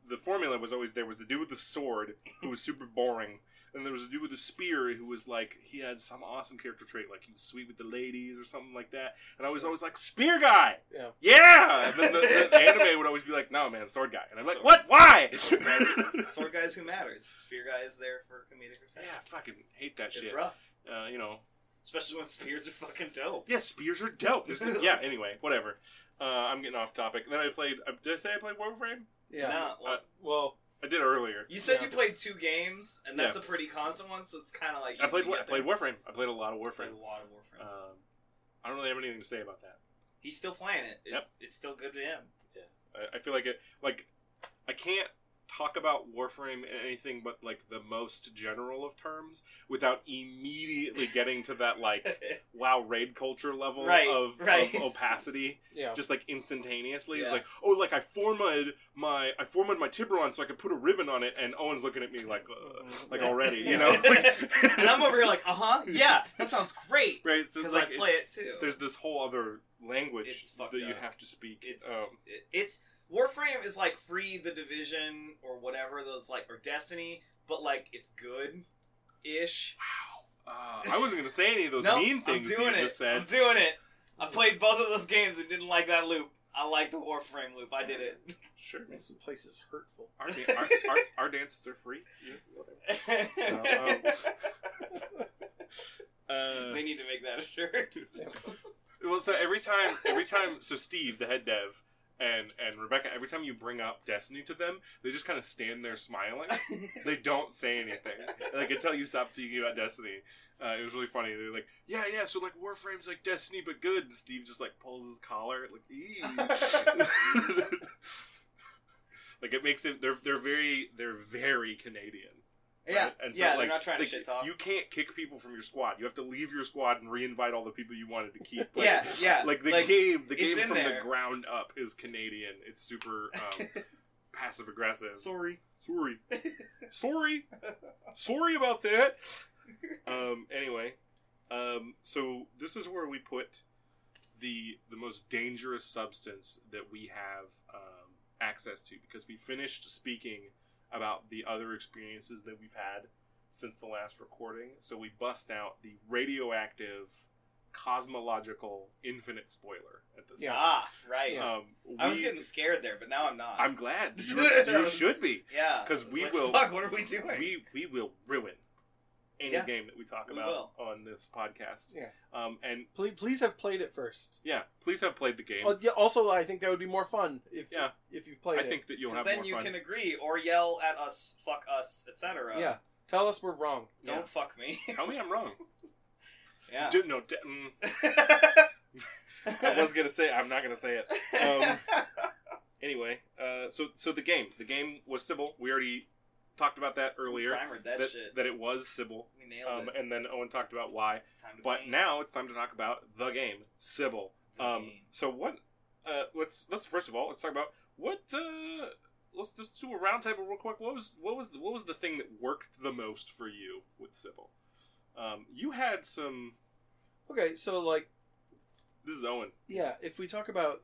Speaker 1: the formula was always there was the dude with the sword who was super boring, and there was a dude with the spear who was like he had some awesome character trait like he was sweet with the ladies or something like that, and I was always like spear guy,
Speaker 3: Yeah.
Speaker 1: yeah. And then the, the anime would always be like, no man, sword guy, and I'm like,
Speaker 4: Sword.
Speaker 1: what? Why?
Speaker 4: Sword guys- Sword guys who matters. Spear guys there for comedic
Speaker 1: yeah,
Speaker 4: effect.
Speaker 1: I fucking hate that
Speaker 4: it's
Speaker 1: shit.
Speaker 4: rough,
Speaker 1: Uh, you know,
Speaker 4: especially when spears are fucking dope.
Speaker 1: yeah, spears are dope. This is- yeah. Anyway, whatever. Uh, I'm getting off topic. Then I played. uh, Did I say I played Warframe?
Speaker 3: yeah.
Speaker 4: Nah, well,
Speaker 1: Uh,
Speaker 3: Well,
Speaker 1: I did earlier.
Speaker 4: you said
Speaker 3: yeah.
Speaker 4: you played two games, and that's a pretty constant one, so it's kind of like
Speaker 1: I played.
Speaker 4: easy
Speaker 1: I
Speaker 4: to get
Speaker 1: played
Speaker 4: there.
Speaker 1: Warframe. I played a lot of Warframe.
Speaker 4: Played a lot of Warframe.
Speaker 1: Um, I don't really have anything to say about that.
Speaker 4: He's still playing it. it
Speaker 1: Yep.
Speaker 4: It's still good to him.
Speaker 1: I, I feel like it. Like I can't talk about Warframe in anything but like the most general of terms without immediately getting to that like wow raid culture level
Speaker 4: Right,
Speaker 1: of,
Speaker 4: right.
Speaker 1: of opacity
Speaker 3: yeah.
Speaker 1: just like instantaneously it's
Speaker 4: Yeah.
Speaker 1: like oh like i formatted my i formatted my tiburon so i could put a ribbon on it and owen's looking at me like uh, like already you know
Speaker 4: and I'm over here like, uh huh, yeah, that sounds great
Speaker 1: right so it's
Speaker 4: because
Speaker 1: like
Speaker 4: I
Speaker 1: it-
Speaker 4: play it too.
Speaker 1: there's this whole other language
Speaker 4: It's
Speaker 1: that
Speaker 4: fucked
Speaker 1: you
Speaker 4: up.
Speaker 1: have to speak.
Speaker 4: It's-
Speaker 1: um,
Speaker 4: It- it's Warframe is like free the division or whatever those like or Destiny, but like it's good ish.
Speaker 1: wow. I wasn't gonna say any of those
Speaker 4: Nope,
Speaker 1: mean things
Speaker 4: I'm doing
Speaker 1: that you
Speaker 4: it.
Speaker 1: just said.
Speaker 4: I'm doing it. I played both of those games and didn't like that loop. I like the Warframe loop. I did it.
Speaker 1: Sure.
Speaker 3: Makes the places hurtful.
Speaker 1: Our, da- our, our, our dances are free. Yeah, whatever. uh,
Speaker 4: they need to make that a shirt.
Speaker 1: Well, so every time, every time, so Steve, the head dev, and and Rebecca, every time you bring up Destiny to them, they just kind of stand there smiling. they don't say anything. Like until you stop speaking about Destiny, uh, it was really funny. They're like, "Yeah, yeah." So like Warframe's like Destiny, but good. And Steve just like pulls his collar, like, "Ee." like it makes it. They're they're very they're very Canadian.
Speaker 4: yeah,
Speaker 1: Right? And so,
Speaker 4: yeah.
Speaker 1: like,
Speaker 4: they're not trying to
Speaker 1: like,
Speaker 4: shit talk.
Speaker 1: You can't kick people from your squad. You have to leave your squad and reinvite all the people you wanted to keep. Like,
Speaker 4: yeah, yeah.
Speaker 1: Like the game, the
Speaker 4: it's
Speaker 1: game
Speaker 4: in
Speaker 1: from
Speaker 4: there.
Speaker 1: the ground up is Canadian. It's super. Um, passive aggressive.
Speaker 4: Sorry.
Speaker 1: sorry, sorry, sorry about that. Um. Anyway, um. So this is where we put the the most dangerous substance that we have um, access to because we finished speaking about the other experiences that we've had since the last recording. So we bust out the radioactive, cosmological, infinite spoiler at this.
Speaker 3: Yeah.
Speaker 4: Ah, right.
Speaker 3: Yeah.
Speaker 1: Um,
Speaker 4: I was
Speaker 1: we-
Speaker 4: getting scared there, but now I'm not.
Speaker 1: I'm glad you, you should be.
Speaker 4: Yeah.
Speaker 1: 'Cause we
Speaker 4: Like,
Speaker 1: will-
Speaker 4: Fuck, what are we doing?
Speaker 1: we we will ruin any
Speaker 4: Yeah.
Speaker 1: game that we talk
Speaker 4: We
Speaker 1: about on this podcast.
Speaker 3: Yeah.
Speaker 1: Um, and
Speaker 3: Please, please have played it first.
Speaker 1: yeah, please have played the game.
Speaker 3: Oh, yeah, also, I think that would be more fun if
Speaker 1: Yeah.
Speaker 3: if you've played
Speaker 1: I
Speaker 3: it.
Speaker 1: think that you'll
Speaker 4: 'Cause
Speaker 1: have
Speaker 4: then
Speaker 1: more
Speaker 4: you
Speaker 1: fun.
Speaker 4: can agree or yell at us, fuck us,
Speaker 1: uh,
Speaker 4: etc.
Speaker 3: yeah. Tell us we're wrong.
Speaker 4: Don't
Speaker 1: Yeah.
Speaker 4: fuck me.
Speaker 1: Tell me I'm wrong.
Speaker 4: yeah.
Speaker 1: Dude, no, de- mm, I was gonna say I'm not gonna say it. um, Anyway, uh, so so the game, the game was Sybil. We already talked about that earlier.
Speaker 4: Primered that,
Speaker 1: that,
Speaker 4: shit.
Speaker 1: that it was Sybil,
Speaker 4: we nailed
Speaker 1: um,
Speaker 4: it.
Speaker 1: and then Owen talked about why.
Speaker 4: It's time to
Speaker 1: But
Speaker 4: paint.
Speaker 1: now it's time to talk about the game, Sybil.
Speaker 4: The
Speaker 1: Um,
Speaker 4: game.
Speaker 1: so what? Uh, let's let's first of all let's talk about what. Uh, let's just do a roundtable real quick. What was what was what was the thing that worked the most for you with Sybil? Um, you had some.
Speaker 3: Okay, so like
Speaker 1: This is Owen.
Speaker 3: yeah, if we talk about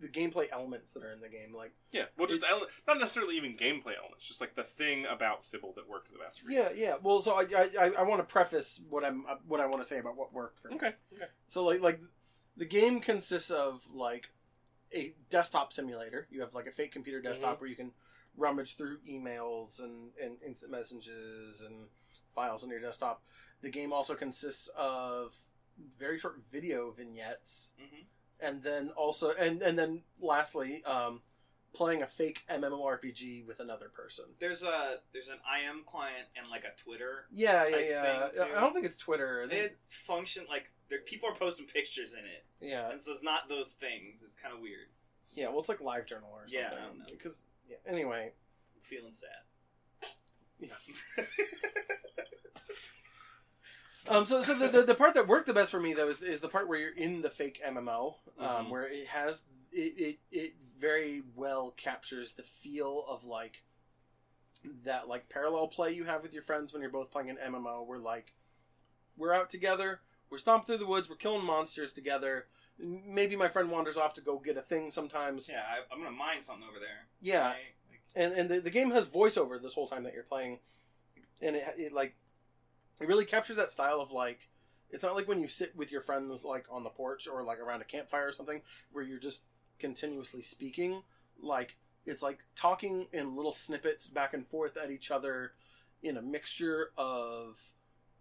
Speaker 3: the gameplay elements that are in the game, like
Speaker 1: Yeah, well, just ele- not necessarily even gameplay elements, just like the thing about Sybil that worked the best for you.
Speaker 3: yeah, yeah. Well, so I I- I, I want to preface what I'm uh, what I want to say about what worked for me.
Speaker 1: Okay. Okay.
Speaker 3: So like like the game consists of like a desktop simulator. You have like a fake computer
Speaker 4: Mm-hmm.
Speaker 3: desktop where you can rummage through emails and, and instant messages and files on your desktop. The game also consists of very short video vignettes
Speaker 4: Mhm.
Speaker 3: and then also and, and then lastly, um, playing a fake MMORPG with another person.
Speaker 4: there's a there's an IM client and like a Twitter.
Speaker 3: Yeah, yeah,
Speaker 4: Type
Speaker 3: yeah.
Speaker 4: thing, too.
Speaker 3: I don't think it's Twitter. I think-
Speaker 4: It function like there- people are posting pictures in it,
Speaker 1: Uh,
Speaker 3: yeah,
Speaker 4: and so it's not those things. It's kind of weird.
Speaker 3: yeah. Well, it's like Live Journal or something.
Speaker 4: Yeah, I don't know.
Speaker 3: Because yeah, anyway,
Speaker 4: I'm feeling sad.
Speaker 3: Um, so, so the, the, the part that worked the best for me though is, is the part where you're in the fake MMO, um,
Speaker 1: Mhm.
Speaker 3: where it has it, it it very well captures the feel of like that like parallel play you have with your friends when you're both playing an MMO. We're like we're out together, we're stomping through the woods, we're killing monsters together. M- Maybe my friend wanders off to go get a thing sometimes.
Speaker 4: Yeah, I, I'm gonna mine something over there.
Speaker 3: Yeah,
Speaker 4: right? Like,
Speaker 3: and and the, the game has voiceover this whole time that you're playing and it, it like it really captures that style of like it's not like when you sit with your friends like on the porch or like around a campfire or something where you're just continuously speaking like it's like talking in little snippets back and forth at each other in a mixture of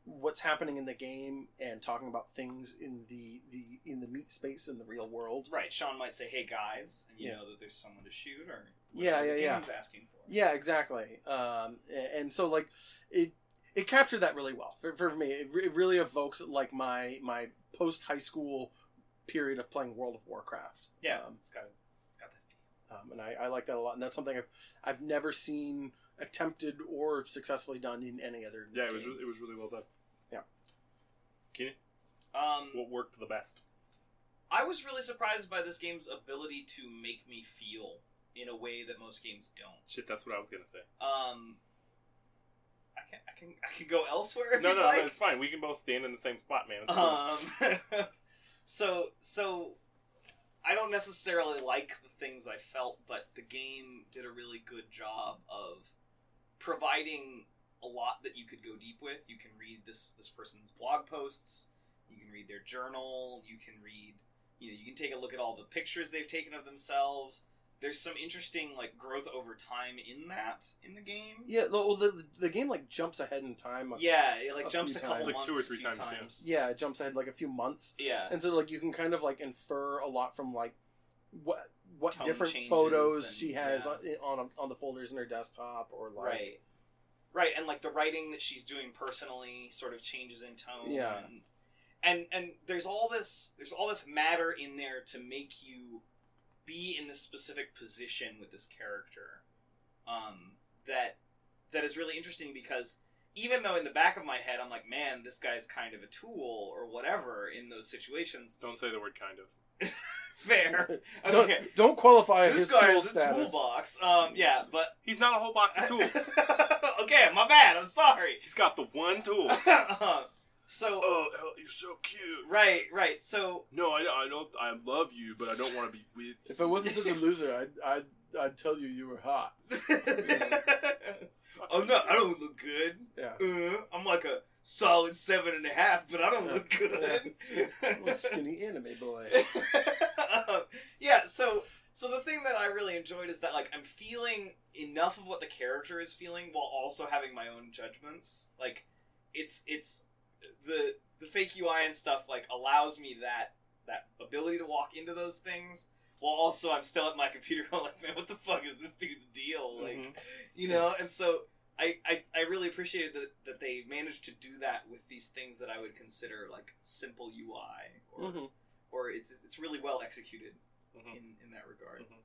Speaker 3: what's happening in the game and talking about things in the the in the meat space in the real world
Speaker 4: Right, Sean might say, "Hey guys," and you
Speaker 3: Yeah.
Speaker 4: know that there's someone to shoot, or
Speaker 3: Yeah,
Speaker 4: whatever
Speaker 3: yeah,
Speaker 4: the
Speaker 3: yeah.
Speaker 4: game's asking for.
Speaker 3: Yeah, exactly. Um, a- and so like it it captured that really well for, for me. It, re- it really evokes like my my post high school period of playing World of Warcraft.
Speaker 4: yeah,
Speaker 3: Um,
Speaker 4: it's got it's got that.
Speaker 3: um, and I, I like that a lot. And that's something I've I've never seen attempted or successfully done in any other.
Speaker 1: Yeah, it was
Speaker 3: game.
Speaker 1: it was really well done.
Speaker 3: Yeah.
Speaker 1: Keenan,
Speaker 4: Um,
Speaker 1: what worked the best?
Speaker 4: I was really surprised by this game's ability to make me feel in a way that most games don't.
Speaker 1: Shit, that's what I was gonna say.
Speaker 4: Um, I can I can I can go elsewhere. If
Speaker 1: No,
Speaker 4: you'd
Speaker 1: no,
Speaker 4: like.
Speaker 1: no, it's fine. We can both stand in the same spot, man. It's cool.
Speaker 4: Um, so so I don't necessarily like the things I felt, but the game did a really good job of providing a lot that you could go deep with. You can read this this person's blog posts, you can read their journal, you can read you know, you can take a look at all the pictures they've taken of themselves. There's some interesting like growth over time in that in the game.
Speaker 3: Yeah, the- well, the the game like jumps ahead in time.
Speaker 4: Yeah, it
Speaker 3: A
Speaker 4: like jumps
Speaker 3: few
Speaker 4: a
Speaker 3: times.
Speaker 4: couple
Speaker 1: Like two
Speaker 4: months,
Speaker 1: or three
Speaker 4: few
Speaker 1: times, yeah.
Speaker 3: yeah, it jumps ahead like a few months,
Speaker 4: Yeah.
Speaker 3: and so like you can kind of like infer a lot from like what what
Speaker 4: Tone
Speaker 3: different
Speaker 4: changes
Speaker 3: photos
Speaker 4: and-
Speaker 3: she has
Speaker 4: yeah.
Speaker 3: on, on on the folders in her desktop or like
Speaker 4: right right and like the writing that she's doing personally sort of changes in tone
Speaker 3: Yeah.
Speaker 4: and, and and there's all this there's all this matter in there to make you be in this specific position with this character um that that is really interesting because even though in the back of my head i'm like man this guy's kind of a tool or whatever in those situations
Speaker 1: Don't say the word kind of.
Speaker 4: Fair.
Speaker 3: Don't,
Speaker 4: Okay.
Speaker 3: don't qualify
Speaker 4: This
Speaker 3: uh, his
Speaker 4: guy
Speaker 3: tool
Speaker 4: is a
Speaker 3: status.
Speaker 4: toolbox. Um, yeah, but
Speaker 1: He's not a whole box of tools.
Speaker 4: okay, my bad. I'm sorry.
Speaker 1: He's got the one tool.
Speaker 4: so
Speaker 1: Oh, hell, you're so cute.
Speaker 4: right, right. So
Speaker 1: No, I, I don't. I love you, but I don't want to be with. you.
Speaker 3: If I wasn't such a loser, I'd, I'd, I'd tell you you were hot.
Speaker 4: I'm not. I don't look good.
Speaker 3: Yeah.
Speaker 4: Uh, I'm like a solid seven and a half, but I don't look good.
Speaker 3: Little skinny anime boy.
Speaker 4: Um, yeah, so so the thing that I really enjoyed is that like I'm feeling enough of what the character is feeling while also having my own judgments. Like it's it's the the fake UI and stuff like allows me that that ability to walk into those things while also I'm still at my computer going like, man, what the fuck is this dude's deal? Like
Speaker 1: Mhm.
Speaker 4: you know, and so I, I, I really appreciated that, that they managed to do that with these things that I would consider like simple UI or
Speaker 1: Mm-hmm.
Speaker 3: Mhm.
Speaker 4: or it's it's really well executed
Speaker 1: Mhm.
Speaker 4: in, in that regard.
Speaker 1: Mhm.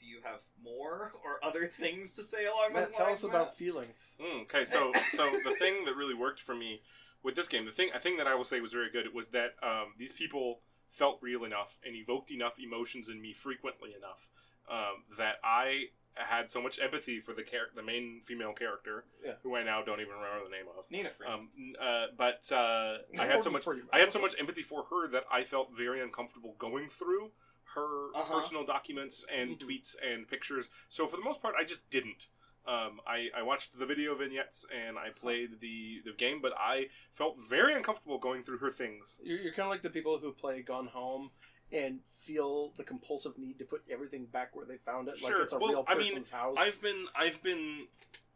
Speaker 4: Do you have more or other things to say along
Speaker 3: Matt,
Speaker 4: those
Speaker 3: tell
Speaker 4: lines?
Speaker 3: us about feelings.
Speaker 1: Mm, okay, so so the thing that really worked for me with this game, the thing I think that I will say was very good was that um, these people felt real enough and evoked enough emotions in me frequently enough um, that I had so much empathy for the char- the main female character
Speaker 3: Yeah.
Speaker 1: who I now don't even remember the name of.
Speaker 4: Nina Free?
Speaker 1: Um, n- uh, but uh, I had so much
Speaker 3: For you,
Speaker 1: I had so much empathy for her that I felt very uncomfortable going through her
Speaker 4: Uh-huh.
Speaker 1: personal documents and
Speaker 3: Mhm.
Speaker 1: tweets and pictures. So for the most part, I just didn't. Um, I, I watched the video vignettes and I played the, the game, but I felt very uncomfortable going through her things.
Speaker 3: You're, you're kind of like the people who play Gone Home and feel the compulsive need to put everything back where they found it, like
Speaker 1: Sure,
Speaker 3: it's a
Speaker 1: well,
Speaker 3: real
Speaker 1: I mean,
Speaker 3: person's house.
Speaker 1: I've been I've been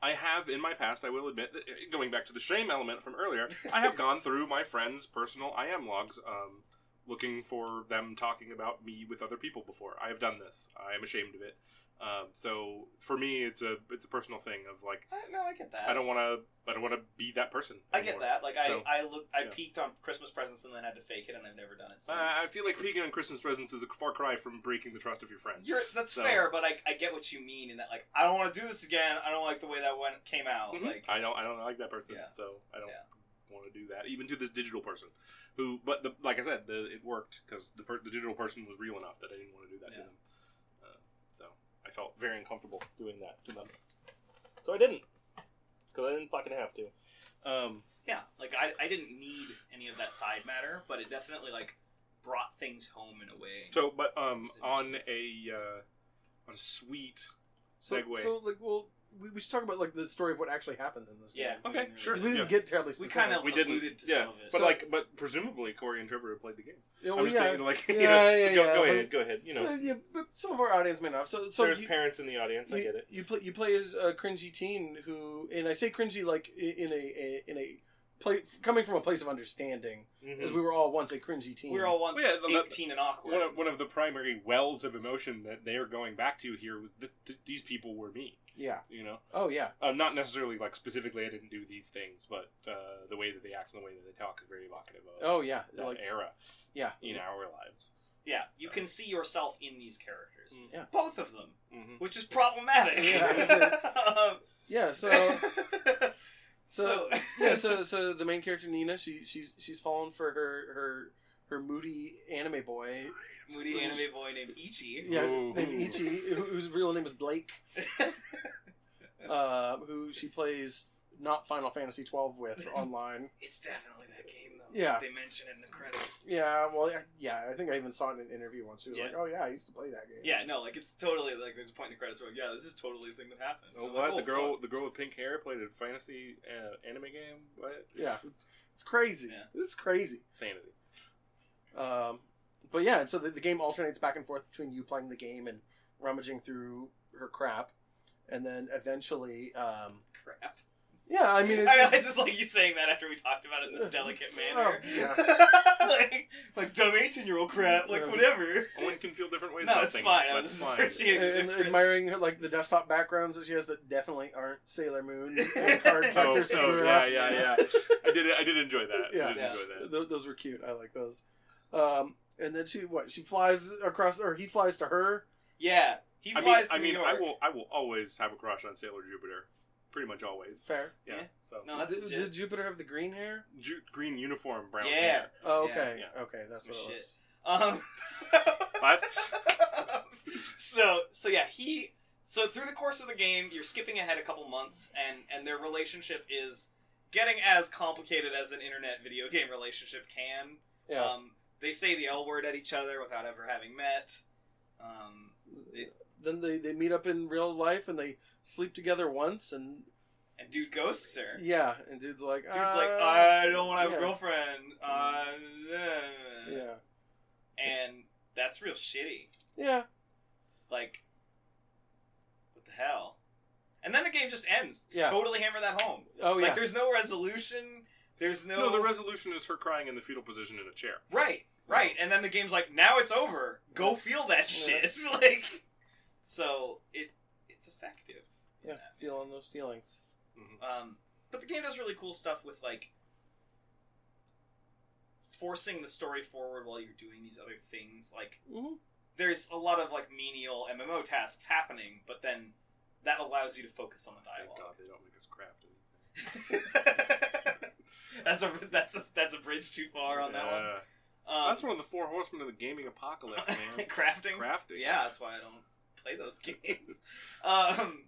Speaker 1: I have in my past. I will admit, that, eh, going back to the shame element from earlier, I have gone through my friends' personal IM logs, um, looking for them talking about me with other people before. I have done this. I am ashamed of it. Um, so for me, it's a it's a personal thing of like
Speaker 4: I, no, I get that.
Speaker 1: I don't want to I don't want to be that person.
Speaker 4: I get
Speaker 1: anymore.
Speaker 4: that. Like
Speaker 1: So,
Speaker 4: I, I look I
Speaker 1: yeah. Uh,
Speaker 4: peaked on Christmas presents and then had to fake it and I've never done it since.
Speaker 1: I I feel like peeking on Christmas presents is a far cry from breaking the trust of your friends.
Speaker 4: You're, that's
Speaker 1: So-
Speaker 4: fair, but I, I get what you mean in that like I don't want to do this again. I don't like the way that one came out.
Speaker 3: Mm-hmm.
Speaker 1: Mhm.
Speaker 4: Like
Speaker 1: I don't I don't like that person,
Speaker 4: Yeah.
Speaker 1: so I don't
Speaker 4: Yeah.
Speaker 1: want to do that. Even to this digital person, who but the, like I said, the, it worked because the per, the digital person was real enough that I didn't want to do that to
Speaker 4: Yeah.
Speaker 1: them. Uh, so I felt very uncomfortable doing that to them. So I didn't because I didn't fucking have to. Um,
Speaker 4: Yeah, like I, I didn't need any of that side matter, but it definitely like brought things home in a way.
Speaker 1: so but um on a uh, on a sweet
Speaker 3: so,
Speaker 1: segue.
Speaker 3: so, like, well, we, we should talk about like the story of what actually happens in this
Speaker 4: yeah,
Speaker 3: game.
Speaker 1: okay,
Speaker 4: Mm.
Speaker 1: sure.
Speaker 3: we didn't
Speaker 1: yeah.
Speaker 3: get terribly
Speaker 4: we
Speaker 3: specific.
Speaker 4: kind of
Speaker 1: We didn't-
Speaker 4: alluded to
Speaker 1: yeah,
Speaker 4: some of it.
Speaker 1: But
Speaker 3: So-
Speaker 1: like, but presumably Corey and Trevor have played the game.
Speaker 3: Yeah,
Speaker 1: I'm
Speaker 3: well,
Speaker 1: just
Speaker 3: Oh, yeah.
Speaker 1: saying, like, you know,
Speaker 3: Yeah, yeah,
Speaker 1: go,
Speaker 3: yeah,
Speaker 1: go
Speaker 3: but-
Speaker 1: ahead, go ahead. You know,
Speaker 3: Well, uh, yeah, but some of our audience may not. So, so
Speaker 1: there's
Speaker 3: you-
Speaker 1: parents in the audience. I
Speaker 3: you,
Speaker 1: get it.
Speaker 3: You play you play as a cringy teen who, and I say cringy like i- in a, a in a play coming from a place of understanding,
Speaker 1: Mhm.
Speaker 3: because we were all once a cringy teen.
Speaker 4: we were all once
Speaker 1: Well, yeah, the-
Speaker 4: eighteen and awkward.
Speaker 1: one of, one of the primary wells of emotion that they are going back to here was th- th- these people were me
Speaker 3: yeah.
Speaker 1: you know
Speaker 3: Oh yeah.
Speaker 1: uh, not necessarily like specifically i didn't do these things but uh, the way that they act and the way that they talk is very evocative of
Speaker 3: Oh yeah.
Speaker 1: that
Speaker 3: Like
Speaker 1: era
Speaker 3: yeah.
Speaker 1: in our lives
Speaker 4: yeah, you can see yourself in these characters,
Speaker 1: Mm.
Speaker 3: Yeah.
Speaker 4: both of them,
Speaker 1: hmm
Speaker 4: which is problematic.
Speaker 3: Yeah.
Speaker 4: Um,
Speaker 3: Yeah. So
Speaker 4: so,
Speaker 3: so- yeah. So so the main character Nina, she she's she's fallen for her her her moody anime boy.
Speaker 4: moody anime boy named Ichi.
Speaker 3: Yeah.
Speaker 1: Ooh.
Speaker 3: Named Ichi, who- whose real name is Blake. Uh, who she plays not Final Fantasy twelve with online.
Speaker 4: It's definitely that game though.
Speaker 3: Yeah.
Speaker 4: they mention it in the credits.
Speaker 3: Yeah, well, I- yeah, I think I even saw it in an interview once. She was
Speaker 4: Yeah.
Speaker 3: like, "Oh yeah, I used to play that game."
Speaker 4: Yeah, no, like it's totally like there's a point in the credits where like, yeah, this is totally a thing that happened.
Speaker 1: Oh,
Speaker 4: I'm
Speaker 1: what?
Speaker 4: like,
Speaker 1: the
Speaker 4: fuck.
Speaker 1: girl, the girl with pink hair, played a fantasy uh, anime game. What?
Speaker 3: yeah, it's crazy.
Speaker 4: Yeah.
Speaker 3: It's crazy.
Speaker 1: Sanity.
Speaker 3: Um, but yeah, so the, the game alternates back and forth between you playing the game and rummaging through her crap, and then eventually, um,
Speaker 4: crap.
Speaker 3: yeah, I mean,
Speaker 4: I,
Speaker 3: it's,
Speaker 4: know, I just like you saying that after we talked about it in this delicate manner.
Speaker 3: Oh, yeah.
Speaker 4: like, like dumb 18 year old crap, like
Speaker 3: Yeah.
Speaker 4: whatever.
Speaker 1: One can feel different ways.
Speaker 4: No,
Speaker 1: about
Speaker 4: it's
Speaker 1: things,
Speaker 4: fine. I
Speaker 1: but
Speaker 4: was just
Speaker 1: fine.
Speaker 4: appreciating-
Speaker 3: and- and admiring her, like the desktop backgrounds that she has that definitely aren't Sailor Moon and card
Speaker 4: Like
Speaker 1: Oh,
Speaker 3: captor
Speaker 1: oh,
Speaker 3: Sakura.
Speaker 1: yeah, yeah, yeah. I did. I did enjoy that.
Speaker 3: Yeah.
Speaker 1: I did
Speaker 4: Yeah.
Speaker 1: enjoy that.
Speaker 3: Th- those were cute. I like those. Um, and then she what? She flies across, or he flies to her.
Speaker 4: Yeah, he
Speaker 1: I mean,
Speaker 4: flies
Speaker 1: I
Speaker 4: to
Speaker 1: mean,
Speaker 4: New
Speaker 1: I
Speaker 4: York.
Speaker 1: will, I will always have a crush on Sailor Jupiter, pretty much always.
Speaker 3: Fair.
Speaker 1: Yeah.
Speaker 4: Yeah.
Speaker 1: So
Speaker 4: No, that's
Speaker 3: Did-
Speaker 4: legit.
Speaker 3: did Jupiter have the green hair?
Speaker 1: Ju- green uniform, brown
Speaker 4: Yeah.
Speaker 1: hair.
Speaker 3: Oh,
Speaker 4: Yeah.
Speaker 3: okay.
Speaker 1: Yeah.
Speaker 3: Okay, that's
Speaker 4: Some
Speaker 3: what it
Speaker 4: shit.
Speaker 3: was.
Speaker 4: Um,
Speaker 1: Five?
Speaker 4: so so yeah, he so through the course of the game, you're skipping ahead a couple months, and and their relationship is getting as complicated as an internet video game relationship can.
Speaker 3: Yeah.
Speaker 4: Um, they say the L word at each other without ever having met. Um,
Speaker 3: then they, they meet up in real life and they sleep together once and
Speaker 4: and dude ghosts her.
Speaker 3: yeah and dude's like
Speaker 4: Dude's like,
Speaker 3: "Uh,
Speaker 4: I don't want to have
Speaker 3: yeah.
Speaker 4: a girlfriend. Uh,
Speaker 1: "Ah."
Speaker 4: yeah.
Speaker 3: yeah
Speaker 4: And that's real shitty.
Speaker 3: yeah
Speaker 4: Like, what the hell? And then the game just ends. To
Speaker 3: Yeah.
Speaker 4: Totally hammer that home.
Speaker 3: oh yeah
Speaker 4: Like, there's no resolution. There's no.
Speaker 1: No, the resolution is her crying in the fetal position in a chair.
Speaker 4: right, right. And then the game's like, now it's over. Go feel that
Speaker 3: Yeah.
Speaker 4: shit. like, so it it's effective. in
Speaker 3: yeah
Speaker 4: that.
Speaker 3: feeling those feelings
Speaker 1: Mm-hmm.
Speaker 4: Um, but the game does really cool stuff with like forcing the story forward while you're doing these other things. Like
Speaker 3: mm-hmm.
Speaker 4: there's a lot of like menial MMO tasks happening, but then that allows you to focus on the
Speaker 1: Thank
Speaker 4: dialogue.
Speaker 1: God they don't make us craft anything.
Speaker 4: that's a that's a, that's a bridge too far on that one.
Speaker 1: Yeah.
Speaker 4: Um,
Speaker 1: That's one of the four horsemen of the gaming apocalypse, man.
Speaker 4: crafting.
Speaker 1: Crafting.
Speaker 4: Yeah, that's why I don't play those games. um,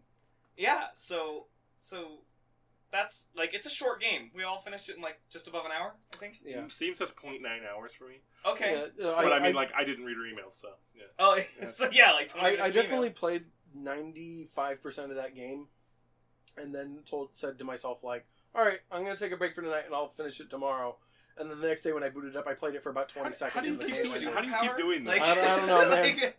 Speaker 4: yeah, so so that's like it's a short game. We all finished it in like just above an hour, I think.
Speaker 3: yeah
Speaker 1: Mm, Steam says 0.9 hours for me.
Speaker 4: Okay.
Speaker 3: Yeah, uh,
Speaker 4: So-
Speaker 1: but I,
Speaker 3: I-
Speaker 1: mean, like, I didn't read her emails, so yeah.
Speaker 4: oh,
Speaker 3: yeah.
Speaker 4: so yeah, like twenty
Speaker 3: I,
Speaker 4: minutes
Speaker 3: I
Speaker 4: of email.
Speaker 3: definitely played 95% of that game and then told said to myself like all right i'm gonna take a break for tonight and i'll finish it tomorrow and then the next day when i booted up i played it for about 20
Speaker 1: How- how
Speaker 3: seconds
Speaker 1: does
Speaker 3: of the
Speaker 1: this
Speaker 3: game
Speaker 1: do
Speaker 3: went
Speaker 1: that?
Speaker 3: out.
Speaker 1: How do you keep
Speaker 4: superpower?
Speaker 1: doing that?
Speaker 4: Like,
Speaker 3: I don't- I don't know, man.
Speaker 4: like-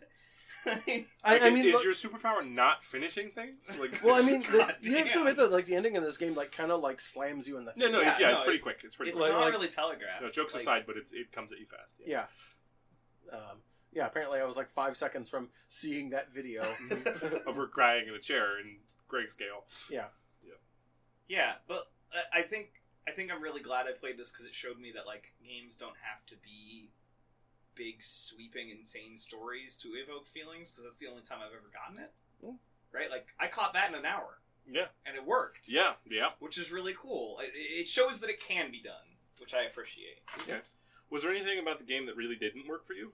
Speaker 3: I, I
Speaker 1: Like,
Speaker 3: mean
Speaker 1: is
Speaker 3: look-
Speaker 1: your superpower not finishing things? Like,
Speaker 3: well i mean the,
Speaker 4: God
Speaker 3: you have to
Speaker 4: damn.
Speaker 3: admit that like the ending in this game like kind of like slams you in the face
Speaker 1: no, no, it's, yeah, it's
Speaker 4: no,
Speaker 1: pretty quick. It's pretty
Speaker 4: it's
Speaker 1: quick.
Speaker 4: not
Speaker 3: Like-
Speaker 4: really telegraphed.
Speaker 1: no, jokes
Speaker 4: Like,
Speaker 1: aside, but it's it comes at you fast. Yeah.
Speaker 3: yeah um, yeah apparently i was like five seconds from seeing that video
Speaker 1: Of her crying in a chair in grayscale.
Speaker 4: Yeah, but uh, I- I think I think I'm really glad I played this because it showed me that like games don't have to be big, sweeping, insane stories to evoke feelings because that's the only time I've ever gotten it.
Speaker 3: Mm.
Speaker 4: Right? Like I caught that in an hour
Speaker 1: Yeah.
Speaker 4: and it worked,
Speaker 1: Yeah. Yeah.
Speaker 4: which is really cool. It, it shows that it can be done, which I appreciate.
Speaker 1: Okay. Was there anything about the game that really didn't work for you?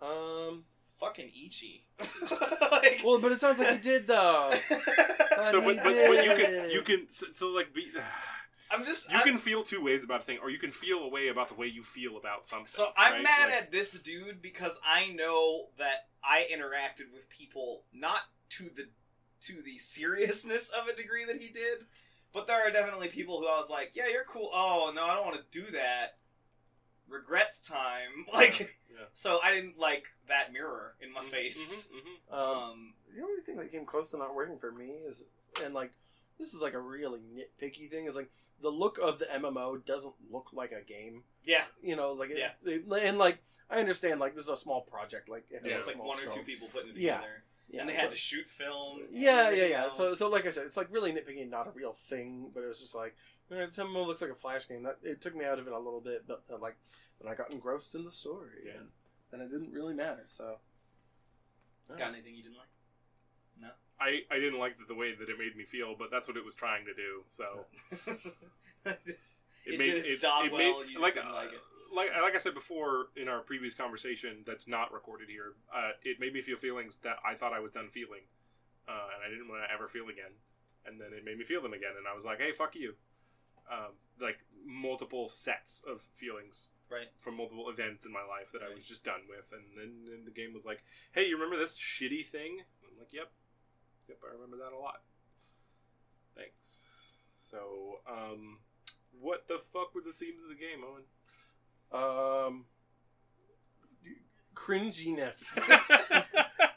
Speaker 3: um
Speaker 4: Fucking Ichi. like,
Speaker 3: well but it sounds like you did though
Speaker 1: so,
Speaker 3: Uh, he
Speaker 1: but, but, but you can
Speaker 3: did.
Speaker 1: you can so, so like be,
Speaker 4: I'm just
Speaker 1: you
Speaker 4: I-
Speaker 1: can feel two ways about a thing, or you can feel a way about the way you feel about something.
Speaker 4: So I'm
Speaker 1: right?
Speaker 4: mad
Speaker 1: Like,
Speaker 4: at this dude because I know that I interacted with people not to the to the seriousness of a degree that he did, but there are definitely people who I was like, "Yeah, you're cool." Oh no, I don't want to do that. Regrets time, like
Speaker 1: Yeah.
Speaker 4: so. I didn't like that mirror in my
Speaker 3: Mm-hmm.
Speaker 1: Mhm,
Speaker 4: face.
Speaker 1: mhm, mhm.
Speaker 3: um,
Speaker 4: Um,
Speaker 3: the only thing that came close to not working for me is and like this is like a really nitpicky thing is like the look of the MMO doesn't look like a game.
Speaker 4: yeah,
Speaker 3: You know, like it-
Speaker 4: Yeah.
Speaker 3: they- and like I understand like this is a small project like it has
Speaker 1: Yeah.
Speaker 3: a
Speaker 4: it's like
Speaker 3: small
Speaker 4: one or two
Speaker 3: scope.
Speaker 4: people putting it
Speaker 3: Yeah.
Speaker 4: together,
Speaker 3: Yeah,
Speaker 4: and they
Speaker 3: so-
Speaker 4: had to shoot film. and
Speaker 3: yeah, yeah,
Speaker 4: everything
Speaker 3: yeah.
Speaker 4: else.
Speaker 3: So, so like I said, it's like really nitpicky and not a real thing, but it was just like, all right, this MMO looks like a flash game. That it took me out of it a little bit, but uh, like, then I got engrossed in the story,
Speaker 1: Yeah.
Speaker 3: and then it didn't really matter. So,
Speaker 4: got anything you didn't like?
Speaker 1: I, I didn't like the, the way that it made me feel, but that's what it was trying to do. So
Speaker 4: It did its job well, you just
Speaker 1: like
Speaker 4: didn't like it.
Speaker 1: uh, like like I said before in our previous conversation that's not recorded here. Uh, it made me feel feelings that I thought I was done feeling, uh, and I didn't want to ever feel again. And then it made me feel them again, and I was like, "Hey, fuck you!" Um, like multiple sets of feelings
Speaker 4: Right.
Speaker 1: from multiple events in my life that I
Speaker 4: Right.
Speaker 1: was just done with, and then and the game was like, "Hey, you remember this shitty thing?" I'm like, "Yep, yep, I remember that a lot." Thanks. So, um, what the fuck were the themes of the game, Owen?
Speaker 3: um, cringiness,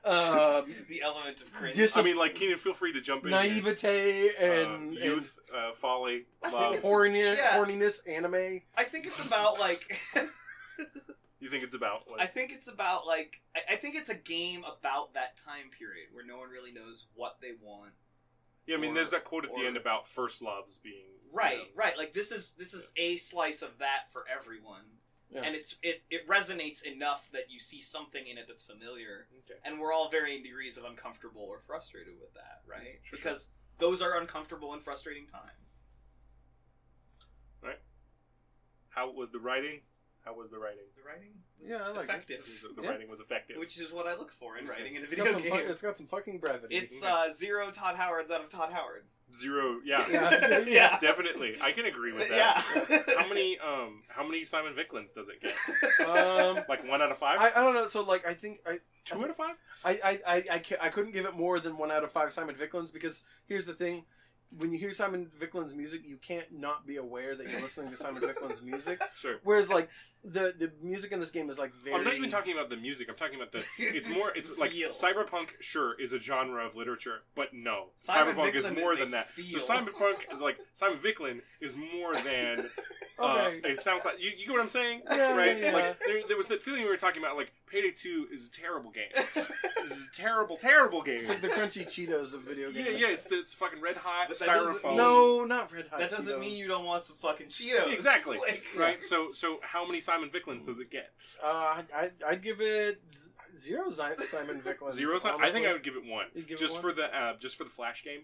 Speaker 3: um,
Speaker 4: the element of cringe.
Speaker 3: Dis-
Speaker 1: I mean, like Keenan, feel free to jump in. here.
Speaker 3: naivete
Speaker 1: Uh,
Speaker 3: and, and
Speaker 1: youth, uh, folly,
Speaker 4: I think
Speaker 1: love.
Speaker 4: it's-
Speaker 3: horny,
Speaker 4: yeah.
Speaker 3: horniness, anime.
Speaker 4: I think it's about like
Speaker 1: You think it's about
Speaker 4: I
Speaker 1: like
Speaker 4: think it's about like I, I think it's a game about that time period where no one really knows what they want.
Speaker 1: yeah? I mean,
Speaker 4: or-
Speaker 1: there's that quote at the
Speaker 4: or-
Speaker 1: end about first loves being
Speaker 4: Right,
Speaker 1: you know,
Speaker 4: right. Like this is this is a slice of that for everyone.
Speaker 3: Yeah.
Speaker 4: And it's it, it resonates enough that you see something in it that's familiar.
Speaker 1: Okay.
Speaker 4: And we're all varying degrees of uncomfortable or frustrated with that, right?
Speaker 1: Sure, sure.
Speaker 4: because those are uncomfortable and frustrating times.
Speaker 1: How was the writing? How was the writing?
Speaker 4: The writing was
Speaker 6: Yeah, I like it.
Speaker 4: effective,
Speaker 1: The
Speaker 3: Yeah.
Speaker 1: writing was effective.
Speaker 4: which is what I look for in writing in a
Speaker 3: It's got,
Speaker 4: video
Speaker 3: some fu-
Speaker 4: game.
Speaker 3: it's got some fucking brevity.
Speaker 4: It's uh, zero Todd Howards out of Todd Howard.
Speaker 1: Zero. Yeah.
Speaker 3: Yeah.
Speaker 4: Yeah.
Speaker 1: Definitely. I can agree with
Speaker 4: Uh, Yeah.
Speaker 1: that. How many um how many Simon Vicklins does it get?
Speaker 3: um,
Speaker 1: Like one out of five?
Speaker 3: I, I don't know. So like, I think I
Speaker 1: Two out of five?
Speaker 3: I, I, I, I, ca- I couldn't give it more than one out of five Simon Vicklins because here's the thing. When you hear Simon Vicklins music, you can't not be aware that you're listening to Simon Vicklins music.
Speaker 1: Sure.
Speaker 3: Whereas, like the the music in this game is like very.
Speaker 1: I'm not even talking about the music. I'm talking about the. It's more. It's like
Speaker 4: Feel.
Speaker 1: cyberpunk. Sure, is a genre of literature, but no,
Speaker 4: Simon
Speaker 1: cyberpunk
Speaker 4: Vicklin
Speaker 1: is more
Speaker 4: is a
Speaker 1: than that.
Speaker 4: feel.
Speaker 1: So cyberpunk is like Simon Vicklin is more than uh,
Speaker 3: Okay.
Speaker 1: a SoundCloud. You, you get what I'm saying,
Speaker 4: Uh,
Speaker 3: Yeah,
Speaker 1: right?
Speaker 3: yeah, yeah.
Speaker 1: Like there, there was that feeling we were talking about. Like Payday Two is a terrible game. this is a terrible, terrible game.
Speaker 3: It's like the crunchy Cheetos of video
Speaker 1: yeah,
Speaker 3: games. Um,
Speaker 1: yeah. It's the, it's fucking red hot
Speaker 4: But that doesn't
Speaker 1: styrofoam.
Speaker 3: no, not red hot.
Speaker 4: that doesn't
Speaker 3: Cheetos.
Speaker 4: mean you don't want some fucking Cheetos.
Speaker 1: Exactly.
Speaker 4: Like,
Speaker 1: Right. So so how many Simon Vicklins does it get?
Speaker 3: Uh, I I'd give it z- zero Zi- Simon Vicklins.
Speaker 1: Zero. Si- I think I would give it one.
Speaker 3: You'd give it
Speaker 1: just
Speaker 3: one?
Speaker 1: for the uh, just for the flash game.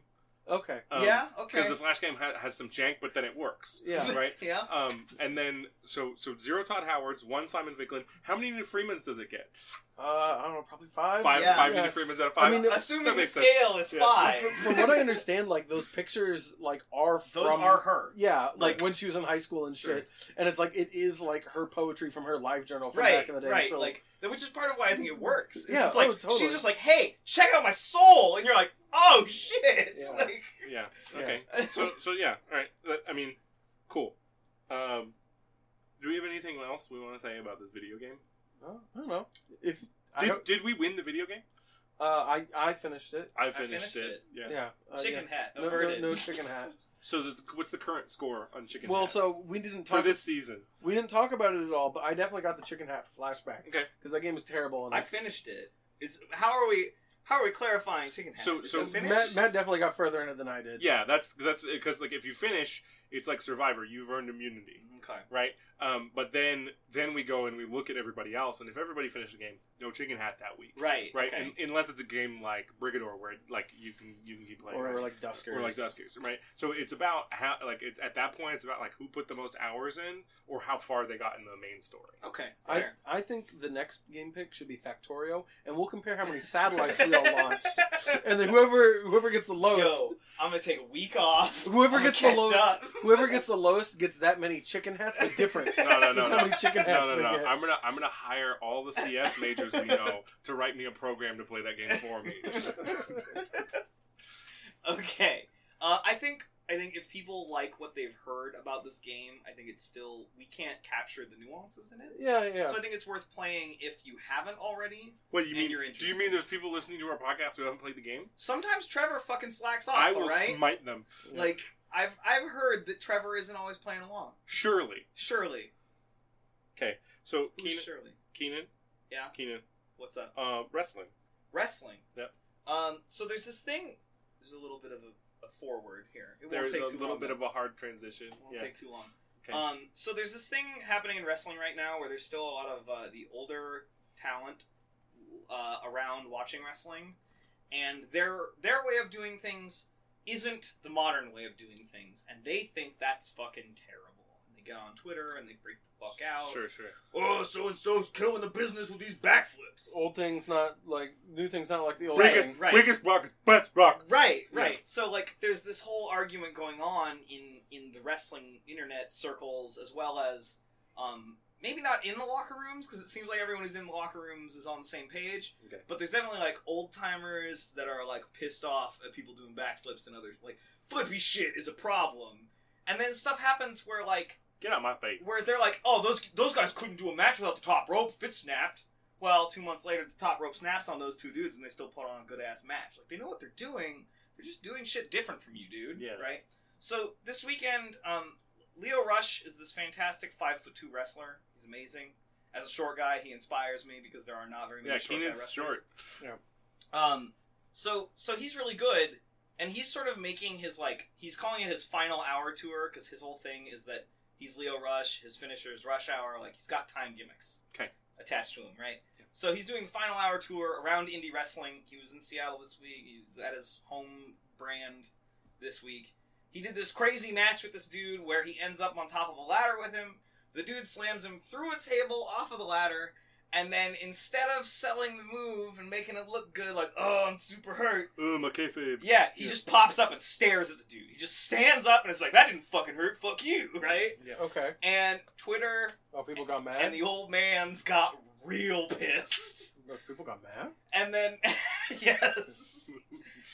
Speaker 3: Okay.
Speaker 1: Um,
Speaker 4: yeah.
Speaker 1: because
Speaker 4: Okay.
Speaker 1: the flash game ha- has some jank, but then it works.
Speaker 3: Yeah.
Speaker 1: right?
Speaker 4: yeah.
Speaker 1: Um, and then so so zero Todd Howard's, one Simon Vicklin. How many Nina Freemans does it get?
Speaker 3: Uh, I don't know, probably five.
Speaker 1: Five,
Speaker 4: Yeah.
Speaker 1: five
Speaker 3: Yeah.
Speaker 1: Nina Freemans out of five.
Speaker 3: I mean, that
Speaker 4: Assuming the
Speaker 1: makes sense.
Speaker 4: scale is
Speaker 1: Yeah.
Speaker 4: five.
Speaker 3: From, from what I understand, like those pictures, like are from
Speaker 2: Those are her.
Speaker 3: Yeah, like,
Speaker 1: Like-
Speaker 3: when she was in high school and shit. And it's like it is like her poetry from her live journal from
Speaker 4: right.
Speaker 3: back in the day.
Speaker 4: right.
Speaker 3: so
Speaker 4: like, which is part of why I think it works. It's
Speaker 3: Yeah,
Speaker 4: just like
Speaker 3: oh, totally.
Speaker 4: she's just like, hey, check out my soul, and you're like, oh shit.
Speaker 3: Yeah.
Speaker 4: Like,
Speaker 1: yeah.
Speaker 3: uh, Yeah.
Speaker 1: Okay. So so yeah. All right. That- I mean, cool. Um, do we have anything else we want to say about this video game?
Speaker 3: oh, I don't know. If I,
Speaker 1: Did,
Speaker 3: don't-
Speaker 1: did we win the video game?
Speaker 3: uh, I I finished it.
Speaker 1: I
Speaker 4: finished it.
Speaker 1: Yeah.
Speaker 3: Yeah. uh,
Speaker 4: chicken hat.
Speaker 3: yeah. No, no,
Speaker 4: averted.
Speaker 3: no chicken hat.
Speaker 1: So the, what's the current score on Chicken
Speaker 3: Well,
Speaker 1: Hat
Speaker 3: so we didn't
Speaker 1: for
Speaker 3: talk.
Speaker 1: this season?
Speaker 3: we didn't talk about it at all, but I definitely got the chicken hat for flashback
Speaker 1: Okay.
Speaker 3: because that game is terrible. And
Speaker 4: I finished it. It's how are we? How are we clarifying chicken hat?
Speaker 1: So-
Speaker 4: Is
Speaker 1: so
Speaker 4: it finished?
Speaker 3: Matt, Matt definitely got further in it than I did.
Speaker 1: Yeah. That's that's because like if you finish, it's like Survivor. You've earned immunity.
Speaker 4: okay.
Speaker 1: right? Um, but then then we go and we look at everybody else, and if everybody finishes the game, no chicken hat that week,
Speaker 4: Right.
Speaker 1: right?
Speaker 4: okay.
Speaker 1: Un- unless it's a game like Brigador, where like you can you can keep playing,
Speaker 3: Or,
Speaker 1: right?
Speaker 3: like Duskers.
Speaker 1: or like Duskers, right? So it's about how like it's at that point it's about like who put the most hours in or how far they got in the main story.
Speaker 4: okay.
Speaker 3: I,
Speaker 4: fair.
Speaker 3: I think the next game pick should be Factorio, and we'll compare how many satellites we all launched. And then whoever whoever gets the lowest,
Speaker 4: Yo, I'm gonna take a week off.
Speaker 3: Whoever
Speaker 4: I'm gonna
Speaker 3: gets the
Speaker 4: catch
Speaker 3: lowest-
Speaker 4: up.
Speaker 3: whoever gets the lowest gets that many chicken hats. The difference
Speaker 1: No, no, no,
Speaker 3: is how
Speaker 1: no.
Speaker 3: many chicken
Speaker 1: No,
Speaker 3: hats
Speaker 1: no,
Speaker 3: they
Speaker 1: no!
Speaker 3: get.
Speaker 1: I'm gonna, I'm gonna hire all the CS majors we know to write me a program to play that game for me.
Speaker 4: okay. Uh, I think I think if people like what they've heard about this game, I think it's still we can't capture the nuances in it.
Speaker 3: Yeah, yeah.
Speaker 4: So I think it's worth playing if you haven't already.
Speaker 1: What do you
Speaker 4: And
Speaker 1: mean?
Speaker 4: you're
Speaker 1: Do you
Speaker 4: interested.
Speaker 1: mean there's people listening to our podcast who haven't played the game?
Speaker 4: Sometimes Trevor fucking slacks off.
Speaker 1: I will
Speaker 4: all right?
Speaker 1: smite them.
Speaker 4: Like I've I've heard that Trevor isn't always playing along.
Speaker 1: Surely.
Speaker 4: Surely.
Speaker 1: So
Speaker 4: Who's
Speaker 1: Keenan,
Speaker 4: Surely.
Speaker 1: Keenan,
Speaker 4: Yeah.
Speaker 1: Keenan,
Speaker 4: What's up?
Speaker 1: uh, wrestling.
Speaker 4: Wrestling.
Speaker 1: Yep.
Speaker 4: Um. So there's this thing. There's a little bit of a, a forward here. It won't
Speaker 1: There's
Speaker 4: take
Speaker 1: a
Speaker 4: too
Speaker 1: little
Speaker 4: long,
Speaker 1: bit
Speaker 4: though.
Speaker 1: of a hard transition.
Speaker 4: It won't
Speaker 1: Yeah.
Speaker 4: take too long.
Speaker 1: Okay.
Speaker 4: Um, so there's this thing happening in wrestling right now where there's still a lot of uh, the older talent uh, around watching wrestling, and their their way of doing things isn't the modern way of doing things, and they think that's fucking terrible. And they get on Twitter and they freak the fuck out.
Speaker 1: Sure, sure.
Speaker 4: Oh, so and so's killing the business with these backflips.
Speaker 3: old things not like new things not like the old
Speaker 4: Right,
Speaker 3: thing.
Speaker 4: right.
Speaker 1: Biggest rock is best rock.
Speaker 4: Right,
Speaker 1: Yeah.
Speaker 4: right. So like there's this whole argument going on in in the wrestling internet circles as well as um maybe not in the locker rooms because it seems like everyone who's in the locker rooms is on the same page,
Speaker 1: Okay.
Speaker 4: but there's definitely like old timers that are like pissed off at people doing backflips and other like flippy shit is a problem. And then stuff happens where like
Speaker 1: Get out my face.
Speaker 4: where they're like, "Oh, those those guys couldn't do a match without the top rope. If it snapped." Well, two months later, the top rope snaps on those two dudes, and they still put on a good ass match. Like they know what they're doing. They're just doing shit different from you, dude.
Speaker 1: Yeah.
Speaker 4: Right. So this weekend, um, Leo Rush is this fantastic five foot two wrestler. He's amazing. As a short guy, he inspires me because there are not very many
Speaker 1: Yeah,
Speaker 4: short guy
Speaker 1: Keenan's
Speaker 4: wrestlers.
Speaker 1: short.
Speaker 4: Um, so so he's really good, and he's sort of making his like he's calling it his final hour tour because his whole thing is that he's Leo Rush, his finisher is Rush Hour, like he's got time gimmicks
Speaker 1: Okay.
Speaker 4: attached to him, right? So he's doing the final hour tour around indie wrestling. He was in Seattle this week. He was at his home brand this week. He did this crazy match with this dude where he ends up on top of a ladder with him. The dude slams him through a table off of the ladder, and then instead of selling the move and making it look good, like, oh, I'm super hurt,
Speaker 1: Ooh, my kayfabe.
Speaker 4: yeah, he
Speaker 1: Yeah.
Speaker 4: just pops up and stares at the dude. He just stands up and is like, that didn't fucking hurt, fuck you, right?
Speaker 3: Okay.
Speaker 4: And Twitter
Speaker 3: Oh, people got mad.
Speaker 4: and the old man's got real pissed.
Speaker 3: Oh, people got mad.
Speaker 4: And then, yes.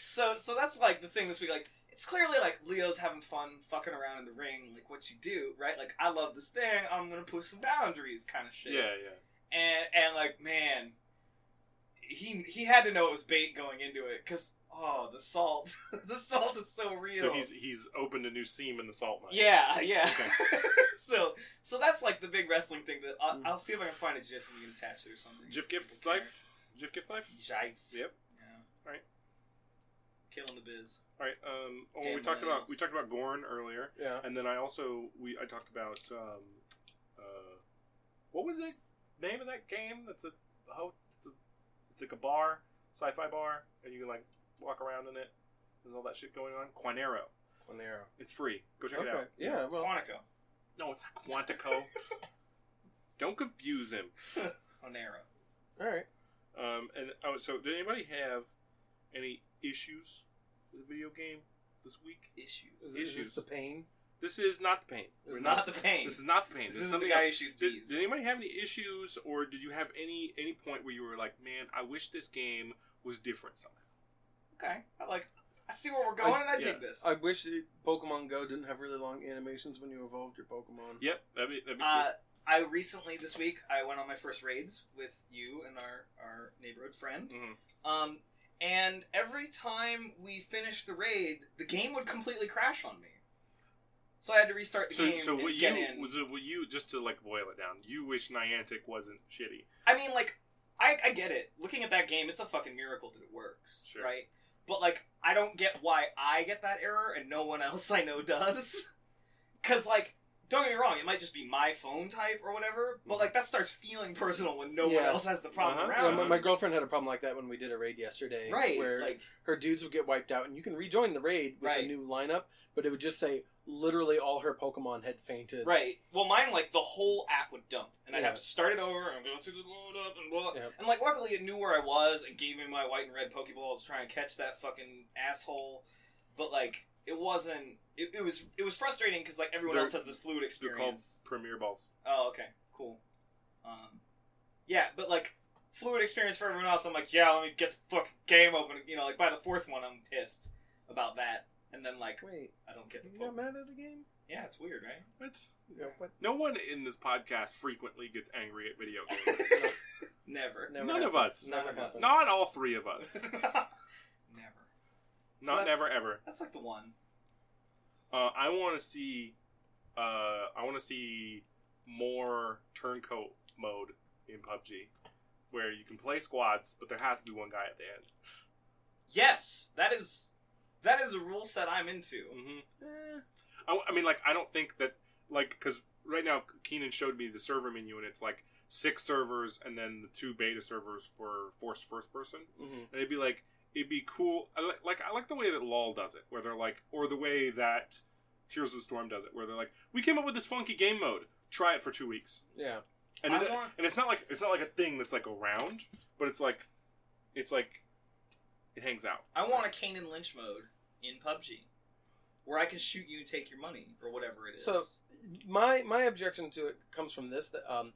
Speaker 4: So, so that's like the thing this week. Like, it's clearly like Leo's having fun fucking around in the ring, like what you do, right? Like, I love this thing. I'm gonna push some boundaries, kind of shit.
Speaker 1: Yeah, yeah.
Speaker 4: And and like, man, he he had to know it was bait going into it, cause oh, the salt, the salt is so real.
Speaker 1: So he's he's opened a new seam in the salt mine.
Speaker 4: Yeah, yeah.
Speaker 1: Okay.
Speaker 4: so, so that's like the big wrestling thing. That I'll, I'll see if I can find a GIF and we can attach it or something.
Speaker 1: Jif Gift
Speaker 4: People care.
Speaker 1: Life? Jif Gift Life?
Speaker 4: Jive.
Speaker 1: Yep.
Speaker 4: Yeah.
Speaker 1: Alright.
Speaker 4: Killing the biz.
Speaker 1: Alright, um oh,
Speaker 4: Damn
Speaker 1: we talked about
Speaker 4: millennials.
Speaker 1: we talked about Gorn earlier.
Speaker 3: Yeah.
Speaker 1: And then I also we I talked about um uh what was the name of that game? That's a oh it's, a, it's like a bar, sci fi bar, and you can like walk around in it. There's all that shit going on. Quanero.
Speaker 3: On the arrow.
Speaker 1: It's free. Go check
Speaker 3: Okay.
Speaker 1: it out.
Speaker 3: Yeah. Well.
Speaker 4: Quantico.
Speaker 1: No, it's not Quantico. Don't confuse him.
Speaker 4: Onero.
Speaker 3: All right.
Speaker 1: Um, and oh, so did anybody have any issues with the video game this week?
Speaker 4: Issues.
Speaker 3: Is,
Speaker 1: Issues.
Speaker 3: is this the pain?
Speaker 1: This is not the pain.
Speaker 4: This
Speaker 1: We're
Speaker 4: is
Speaker 1: not.
Speaker 4: not the pain.
Speaker 1: This is not the pain.
Speaker 4: This
Speaker 1: This,
Speaker 4: isn't
Speaker 1: is
Speaker 4: the
Speaker 1: something
Speaker 4: guy
Speaker 1: else.
Speaker 4: issues
Speaker 1: Did,
Speaker 4: bees.
Speaker 1: did anybody have any issues, or did you have any any point where you were like, "Man, I wish this game was different somehow"?
Speaker 4: Okay. I like. I see where we're going, and I
Speaker 1: yeah.
Speaker 4: dig this.
Speaker 3: I wish that Pokemon Go didn't have really long animations when you evolved your Pokemon.
Speaker 1: Yep, that'd be, that'd be
Speaker 4: Uh,
Speaker 1: cool.
Speaker 4: I recently this week I went on my first raids with you and our our neighborhood friend.
Speaker 1: Mhm.
Speaker 4: Um, and every time we finished the raid, the game would completely crash on me. So I had to restart the
Speaker 1: So,
Speaker 4: game
Speaker 1: so
Speaker 4: and
Speaker 1: what
Speaker 4: get
Speaker 1: you
Speaker 4: in.
Speaker 1: so what you just to like boil it down? You wish Niantic wasn't shitty.
Speaker 4: I mean, like, I, I get it. Looking at that game, it's a fucking miracle that it works,
Speaker 1: Sure.
Speaker 4: right? But like, I don't get why I get that error and no one else I know does. Because like, don't get me wrong, it might just be my phone type or whatever. But like, that starts feeling personal when no one
Speaker 3: Yeah.
Speaker 4: else has the problem
Speaker 1: Mm-hmm. Uh-huh.
Speaker 3: Yeah,
Speaker 4: around.
Speaker 3: my, my girlfriend had a problem like that when we did a raid yesterday.
Speaker 4: Right,
Speaker 3: Where
Speaker 4: like
Speaker 3: her dudes would get wiped out, and you can rejoin the raid with
Speaker 4: Right.
Speaker 3: a new lineup, but it would just say literally all her Pokemon had fainted.
Speaker 4: right. Well, mine like the whole app would dump, and I'd
Speaker 3: Yeah.
Speaker 4: have to start it over and go through the load up and blah.
Speaker 3: Yep.
Speaker 4: And like, luckily it knew where I was and gave me my white and red Pokeballs to try and catch that fucking asshole. But like, it wasn't. It, it was it was frustrating because like everyone
Speaker 1: They're-
Speaker 4: else has this fluid
Speaker 1: They're called
Speaker 4: experience.
Speaker 1: Premier Balls.
Speaker 4: Oh, okay, cool. Um, yeah, but like fluid experience for everyone else. I'm like, yeah, let me get the fucking game open. You know, like by the fourth one, I'm pissed about that. And then like,
Speaker 3: Wait,
Speaker 4: I don't get the
Speaker 1: Oh.
Speaker 3: you got
Speaker 4: Pokemon.
Speaker 3: mad at the game?
Speaker 4: Yeah, it's weird, right?
Speaker 1: That's
Speaker 3: Yeah, what?
Speaker 1: no one in this podcast frequently gets angry at video games.
Speaker 4: Never.
Speaker 3: Never
Speaker 1: None of
Speaker 3: happened.
Speaker 1: us.
Speaker 3: Never
Speaker 4: None of us.
Speaker 3: happened.
Speaker 1: Not all three of us.
Speaker 4: Never.
Speaker 1: Not
Speaker 4: that's-
Speaker 1: never ever.
Speaker 4: That's like the one.
Speaker 1: Uh, I want to see. Uh, I want to see more turncoat mode in PUBG, where you can play squads, but there has to be one guy at the end.
Speaker 4: Yes, that is that is a rule set I'm into.
Speaker 1: Mm-hmm. I, I mean, like, I don't think that, like, because right now Keenan showed me the server menu, and it's like six servers, and then the two beta servers for forced first person.
Speaker 3: Mhm.
Speaker 1: And it'd be like, it'd be cool. I like, like, I like the way that LOL does it, where they're like, or the way that Heroes of the Storm does it, where they're like, we came up with this funky game mode. Try it for two weeks.
Speaker 3: Yeah.
Speaker 1: And,
Speaker 4: I
Speaker 1: it-
Speaker 4: want-
Speaker 1: and it's not like it's not like a thing that's like around, but it's like, it's like, it hangs out.
Speaker 4: I want a Kane and Lynch mode in PUBG, where I can shoot you and take your money or whatever it is.
Speaker 3: So- My my objection to it comes from this that um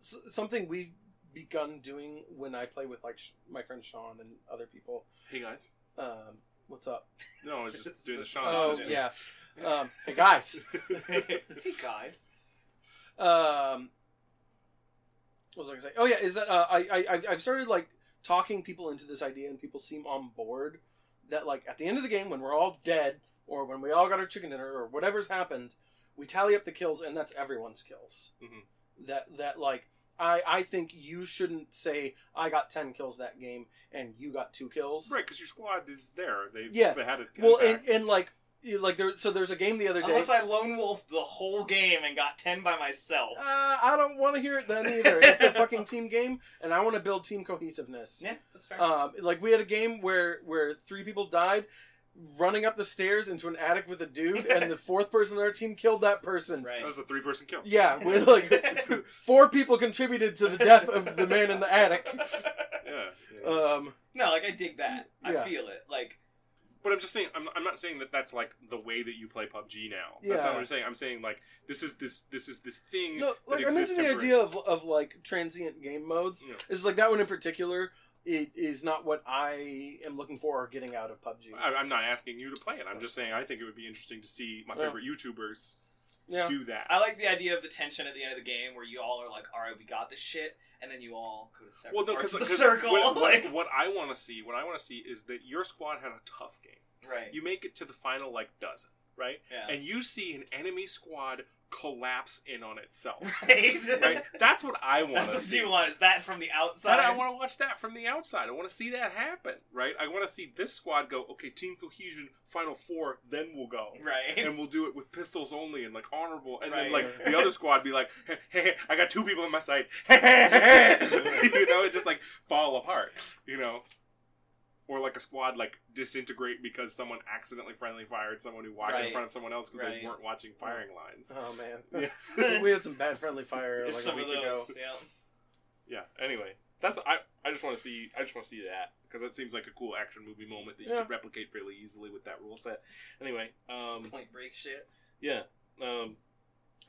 Speaker 3: s- something we've begun doing when I play with like sh- my friend Sean and other people.
Speaker 1: Hey guys.
Speaker 3: Um, what's up?
Speaker 1: No, I was just doing the Sean.
Speaker 3: oh
Speaker 1: thing.
Speaker 3: yeah. Um, hey guys.
Speaker 4: hey guys,
Speaker 3: Um, what was I gonna say? Oh yeah, is that uh, I I I've- I've started like talking people into this idea, and people seem on board that like at the end of the game when we're all dead or when we all got our chicken dinner or whatever's happened, we tally up the kills, and that's everyone's kills.
Speaker 1: Mhm.
Speaker 4: Mm-hmm.
Speaker 3: That that like. I, I think you shouldn't say I got ten kills that game and you got two kills.
Speaker 1: Right, because your squad is there. They
Speaker 3: Yeah.
Speaker 1: they had it.
Speaker 3: Well,
Speaker 1: back.
Speaker 3: and, and like you- like there so there's a game the other day.
Speaker 4: unless I lone wolfed the whole game and got ten by myself.
Speaker 3: Uh, I don't want to hear it then either. It's a fucking team game, and I want to build team cohesiveness. uh,
Speaker 4: yeah, that's fair.
Speaker 3: Um, like we had a game where where three people died, running up the stairs into an attic with a dude, and the fourth person on our team killed that person.
Speaker 4: Right.
Speaker 1: That was a three person kill.
Speaker 3: Yeah, with like four people contributed to the death of the man in the attic.
Speaker 1: Yeah, yeah.
Speaker 3: Um,
Speaker 4: no, like I dig that.
Speaker 3: Yeah.
Speaker 4: I feel it. Like
Speaker 1: But I'm just saying, I'm, I'm not saying that that's like the way that you play PUBG now. That's
Speaker 3: Yeah.
Speaker 1: not what I'm saying. I'm saying like this is this this is this thing.
Speaker 3: no, like I
Speaker 1: exists
Speaker 3: mentioned, the idea
Speaker 1: temporary.
Speaker 3: of of like transient game modes
Speaker 1: Yeah.
Speaker 3: is like that one in particular. It is not what I am looking for or getting out of PUBG.
Speaker 1: I, I'm not asking you to play it. I'm just saying I think it would be interesting to see my
Speaker 3: Yeah.
Speaker 1: favorite YouTubers
Speaker 3: Yeah,
Speaker 1: do that.
Speaker 4: I like the idea of the tension at the end of the game where you all are like, "All right, we got this shit," and then you all go to separate
Speaker 1: well, no,
Speaker 4: parts
Speaker 1: because
Speaker 4: of the circle.
Speaker 1: What, what,
Speaker 4: like,
Speaker 1: what I want to see, what I want to see is that your squad had a tough game.
Speaker 4: right?
Speaker 1: You make it to the final like dozen, right?
Speaker 4: yeah.
Speaker 1: And you see an enemy squad collapse in on itself.
Speaker 4: right.
Speaker 1: right? That's what I want
Speaker 4: That's
Speaker 1: to
Speaker 4: what
Speaker 1: see.
Speaker 4: you want. is That from the outside.
Speaker 1: But I want to watch that from the outside. I want to see that happen, right? I want to see this squad go, okay, team cohesion, final four, then we'll go.
Speaker 4: right.
Speaker 1: And we'll do it with pistols only and like honorable. And then
Speaker 4: Right.
Speaker 1: like the other squad be like, hey, hey, I got two people in my sight. you know, and just like fall apart, you know? Or like a squad like disintegrate because someone accidentally friendly fired someone who walked in
Speaker 4: Right.
Speaker 1: front of someone else because
Speaker 4: Right.
Speaker 1: they weren't watching firing lines.
Speaker 3: Oh man,
Speaker 1: Yeah.
Speaker 3: we had some bad friendly fire like
Speaker 4: Some
Speaker 3: a
Speaker 4: of
Speaker 3: week
Speaker 4: those.
Speaker 3: ago.
Speaker 4: Yeah.
Speaker 1: Yeah. Anyway, that's I. I just want to see. I just want to see that because that seems like a cool action movie moment that you
Speaker 3: Yeah.
Speaker 1: can replicate fairly easily with that rule set. Anyway,
Speaker 4: Some
Speaker 1: um,
Speaker 4: point break shit.
Speaker 1: yeah. Um,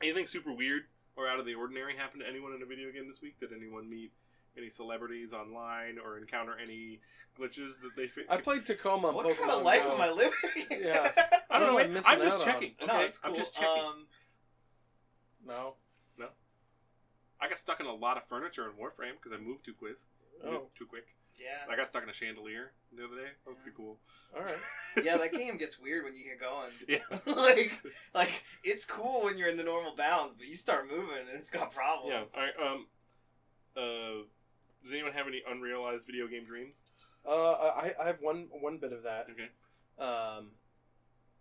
Speaker 1: anything super weird or out of the ordinary happened to anyone in a video game this week? Did anyone meet any celebrities online or encounter any glitches that they? Fi-
Speaker 3: I played Tacoma. on
Speaker 4: What
Speaker 3: Pokemon
Speaker 4: kind of life
Speaker 3: Go.
Speaker 4: am I living?
Speaker 3: Yeah.
Speaker 1: I don't know.
Speaker 3: what am I
Speaker 1: I'm,
Speaker 3: missing
Speaker 1: just
Speaker 3: out on?
Speaker 1: checking.
Speaker 4: no,
Speaker 1: okay?
Speaker 4: it's cool.
Speaker 1: I'm just checking.
Speaker 4: Um,
Speaker 3: No.
Speaker 1: I got stuck in a lot of furniture in Warframe because I moved too quick.
Speaker 3: Oh,
Speaker 1: Moved too quick.
Speaker 4: yeah.
Speaker 1: I got stuck in a chandelier the other day. That was pretty cool.
Speaker 3: all right.
Speaker 4: yeah, that game gets weird when you get going.
Speaker 1: Yeah.
Speaker 4: like, like it's cool when you're in the normal bounds, but you start moving and it's got
Speaker 1: Yeah.
Speaker 4: problems.
Speaker 1: All right. Um. Uh. Does anyone have any unrealized video game dreams?
Speaker 3: Uh, I, I have one one bit of that.
Speaker 1: Okay.
Speaker 3: Um,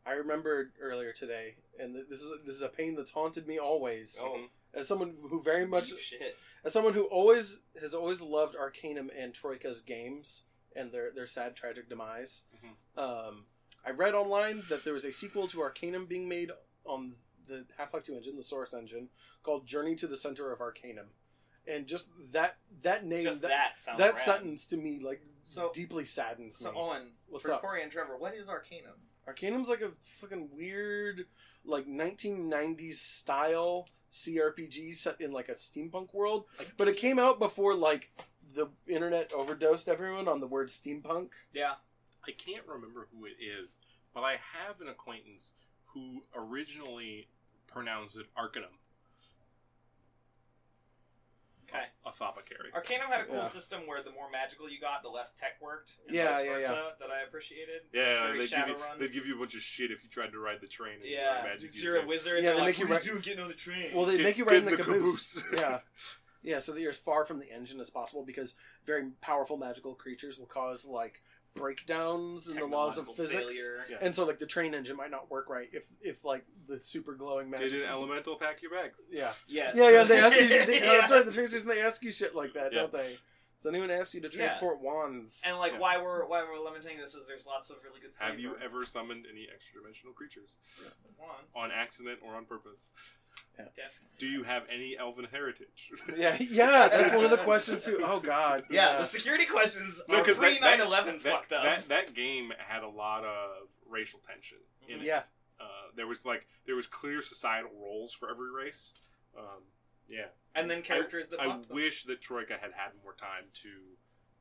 Speaker 3: I remembered earlier today, and th- this is this is a pain that's haunted me always.
Speaker 4: Oh.
Speaker 1: Mhm.
Speaker 3: As someone who very much,
Speaker 4: Deep shit.
Speaker 3: as someone who always has always loved Arcanum and Troika's games and their their sad tragic demise.
Speaker 4: Mm-hmm.
Speaker 3: Um, I read online that there was a sequel to Arcanum being made on the Half Life Two engine, the Source engine, called Journey to the Center of Arcanum, and just that that name
Speaker 4: Just
Speaker 3: that.
Speaker 4: that sounds.
Speaker 3: that
Speaker 4: rad.
Speaker 3: sentence to me like
Speaker 4: So-
Speaker 3: deeply saddens
Speaker 4: So
Speaker 3: me.
Speaker 4: Owen,
Speaker 3: What's
Speaker 4: for
Speaker 3: up?
Speaker 4: Corey and Trevor, what is Arcanum?
Speaker 3: Arcanum's like a fucking weird, like 1990s style CRPG set in like a steampunk world, but it came out before like the internet overdosed everyone on the word steampunk.
Speaker 4: Yeah.
Speaker 1: I can't remember who it is, but I have an acquaintance who originally pronounced it Arcanum.
Speaker 4: Okay.
Speaker 1: Athopacary.
Speaker 4: Arcanum had a cool
Speaker 3: Yeah.
Speaker 4: system where the more magical you got, the less tech worked. And
Speaker 3: Yeah,
Speaker 4: vice
Speaker 3: yeah, yeah.
Speaker 4: versa, That I appreciated.
Speaker 1: yeah,
Speaker 4: It's
Speaker 1: they give,
Speaker 4: very
Speaker 1: you,
Speaker 4: Shadowrun.
Speaker 1: they give you a bunch of shit if you tried to ride the train. And
Speaker 4: yeah,
Speaker 1: your magic
Speaker 4: you're a
Speaker 1: using-
Speaker 4: wizard.
Speaker 3: Yeah,
Speaker 4: they're
Speaker 3: they
Speaker 4: like,
Speaker 3: make you
Speaker 4: "What
Speaker 3: ri-
Speaker 4: do you do getting on the train?
Speaker 3: Well, they
Speaker 1: Get-
Speaker 3: make you
Speaker 1: get
Speaker 3: ride in the,
Speaker 1: in the
Speaker 3: caboose.
Speaker 1: caboose.
Speaker 3: yeah. Yeah, so that you're as far from the engine as possible because very powerful magical creatures will cause like breakdowns in the laws of
Speaker 4: Technological
Speaker 3: physics.
Speaker 4: failure.
Speaker 1: Yeah.
Speaker 3: And so like the train engine might not work right if if like the super glowing magic
Speaker 1: Did an elemental pack your bags?
Speaker 3: Yeah.
Speaker 4: Yes.
Speaker 3: Yeah, yeah, they ask you. They,
Speaker 4: Yeah.
Speaker 3: That's right, the train station. They ask you shit like that,
Speaker 1: Yeah.
Speaker 3: don't they? So anyone asks you to
Speaker 4: Yeah.
Speaker 3: transport wands?
Speaker 4: And like,
Speaker 1: Yeah.
Speaker 4: why we're why we're limiting this is there's lots of really good. Flavor
Speaker 1: Have you ever summoned any extra dimensional creatures
Speaker 4: Once.
Speaker 1: on accident or on purpose?
Speaker 4: Definitely.
Speaker 1: Do you have any elven heritage?
Speaker 3: Yeah, yeah, that's one of the questions too. Oh God.
Speaker 4: Yeah, the security questions
Speaker 1: No,
Speaker 4: are
Speaker 1: 'cause
Speaker 4: pre
Speaker 1: that- that-
Speaker 4: 9 11
Speaker 1: that,
Speaker 4: fucked up.
Speaker 1: That, that game had a lot of racial tension in
Speaker 4: Mm-hmm.
Speaker 1: it.
Speaker 3: yeah.
Speaker 1: Uh, there was like there was clear societal roles for every race. Um, yeah,
Speaker 4: and then characters that
Speaker 1: I
Speaker 4: bumped them.
Speaker 1: wish that Troika had had more time to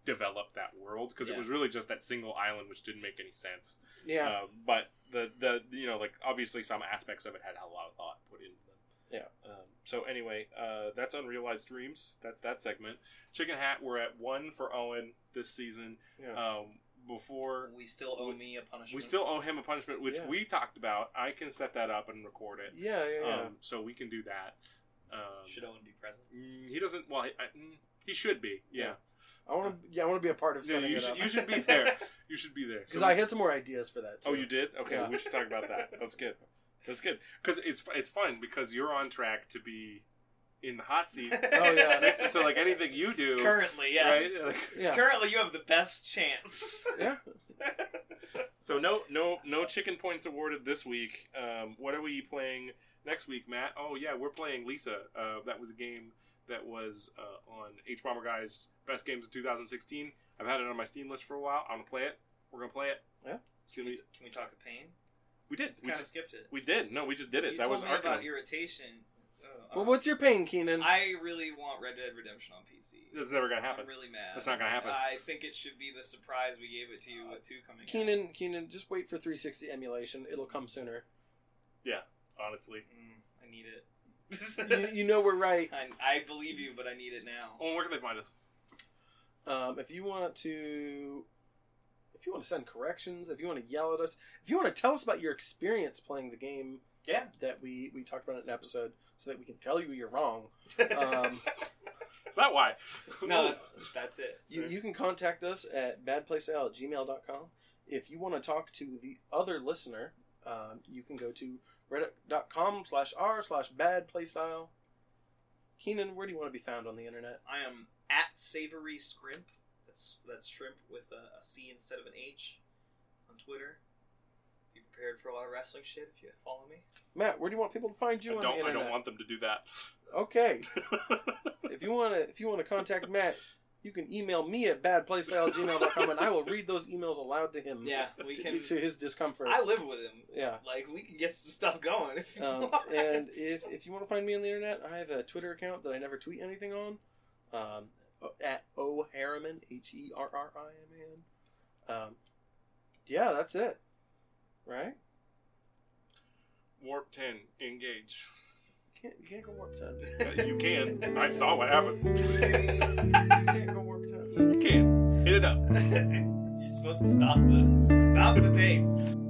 Speaker 1: develop that world because
Speaker 4: Yeah.
Speaker 1: it was really just that single island, which didn't make any sense.
Speaker 3: Yeah.
Speaker 1: Uh, but the the you know like obviously some aspects of it had a lot of thought put into them.
Speaker 3: Yeah.
Speaker 1: Um, so anyway, uh, that's unrealized dreams. That's that segment. Chicken Hat. We're at one for Owen this season.
Speaker 3: Yeah.
Speaker 1: Um, before
Speaker 4: We still owe me a punishment.
Speaker 1: we still owe him a punishment, which
Speaker 3: Yeah.
Speaker 1: we talked about. I can set that up and record it.
Speaker 3: yeah, yeah, yeah.
Speaker 1: Um, so we can do that. Um,
Speaker 4: should Owen be present.
Speaker 1: mm, he doesn't. Well, I, I, mm, he should be. Yeah.
Speaker 3: I want to. Yeah, I want to be a part of
Speaker 1: Yeah,
Speaker 3: setting
Speaker 1: you
Speaker 3: it
Speaker 1: should.
Speaker 3: up
Speaker 1: You should be there. You should be there.
Speaker 3: because
Speaker 1: So
Speaker 3: I
Speaker 1: we-
Speaker 3: had some more ideas for that. Too.
Speaker 1: Oh, you did. Okay,
Speaker 3: Yeah.
Speaker 1: we should talk about that. That's good. That's good. Because it's it's fun because you're on track to be in the hot seat.
Speaker 3: Oh, yeah,
Speaker 1: Next, so like anything you do,
Speaker 4: Currently, yes.
Speaker 1: right? Like,
Speaker 3: Yeah.
Speaker 4: Currently, you have the best chance.
Speaker 3: Yeah.
Speaker 1: So no, no, no chicken points awarded this week. Um, what are we playing next week, Matt? Oh yeah, we're playing Lisa. Uh, that was a game that was uh, on H Bomber Guy's best games of 2016. I've had it on my Steam list for a while. I'm gonna play it. We're gonna play it.
Speaker 3: Yeah.
Speaker 1: It's gonna be.
Speaker 4: Can we talk of pain?
Speaker 1: We did.
Speaker 4: We
Speaker 1: We
Speaker 4: kind of
Speaker 1: just.
Speaker 4: skipped it.
Speaker 1: We did. No, we just did it.
Speaker 4: you
Speaker 1: that
Speaker 4: told
Speaker 1: was
Speaker 4: me
Speaker 1: Arcanum.
Speaker 4: about irritation. Oh,
Speaker 1: uh,
Speaker 3: Well,
Speaker 4: um,
Speaker 3: what's your pain, Keenan?
Speaker 4: I really want Red Dead Redemption on PC.
Speaker 1: That's never gonna happen.
Speaker 4: I'm really mad.
Speaker 1: That's not gonna happen.
Speaker 4: I think it should be the surprise we gave it to you with two coming. out.
Speaker 3: Keenan, Keenan, just wait for 360 emulation. It'll come sooner.
Speaker 1: Honestly.
Speaker 4: Mm, I need
Speaker 3: you,
Speaker 4: it.
Speaker 3: you know we're right.
Speaker 4: I, I believe you, but I need it now.
Speaker 1: Oh, where can they find us?
Speaker 3: Um, if you want to, if you want to send corrections, if you want to yell at us, if you want to tell us about your experience playing the game
Speaker 4: Yeah.
Speaker 3: that we we talked about in an episode, so that we can tell you you're wrong.
Speaker 1: Uh,
Speaker 3: Um,
Speaker 1: Is that why?
Speaker 4: no, that's, that's it.
Speaker 3: You, you can contact us at badplaysale at gmail.com. If you want to talk to the other listener, um, you can go to reddit.com slash r slash badplaystyle. Keenan, where do you want to be found on the internet?
Speaker 4: I am at Savory Scrimp. That's that's shrimp with a, a C instead of an H on Twitter. Be prepared for a lot of wrestling shit if you follow me.
Speaker 3: Matt, where do you want people to find you
Speaker 1: I
Speaker 3: on the
Speaker 1: don't. I
Speaker 3: internet?
Speaker 1: don't want them to do that.
Speaker 3: Okay. if you want to if you want to contact Matt, you can email me at badplaystyle at gmail.com and I will read those emails aloud to him
Speaker 4: Yeah, we
Speaker 3: to,
Speaker 4: can.
Speaker 3: to his discomfort.
Speaker 4: I live with him.
Speaker 3: yeah.
Speaker 4: Like we can get some stuff going. If you
Speaker 3: Um,
Speaker 4: want.
Speaker 3: and if, if you want to find me on the internet, I have a Twitter account that I never tweet anything on, um, at O Harriman H E R R I M A N. Um, yeah, that's it. Right?
Speaker 1: Warp ten. Engage.
Speaker 3: Can't you can't go warp ten.
Speaker 1: Uh, you can. I saw what happens. you
Speaker 3: You can't go warp ten.
Speaker 1: can. Hit it up.
Speaker 4: You're supposed to stop the stop the tape.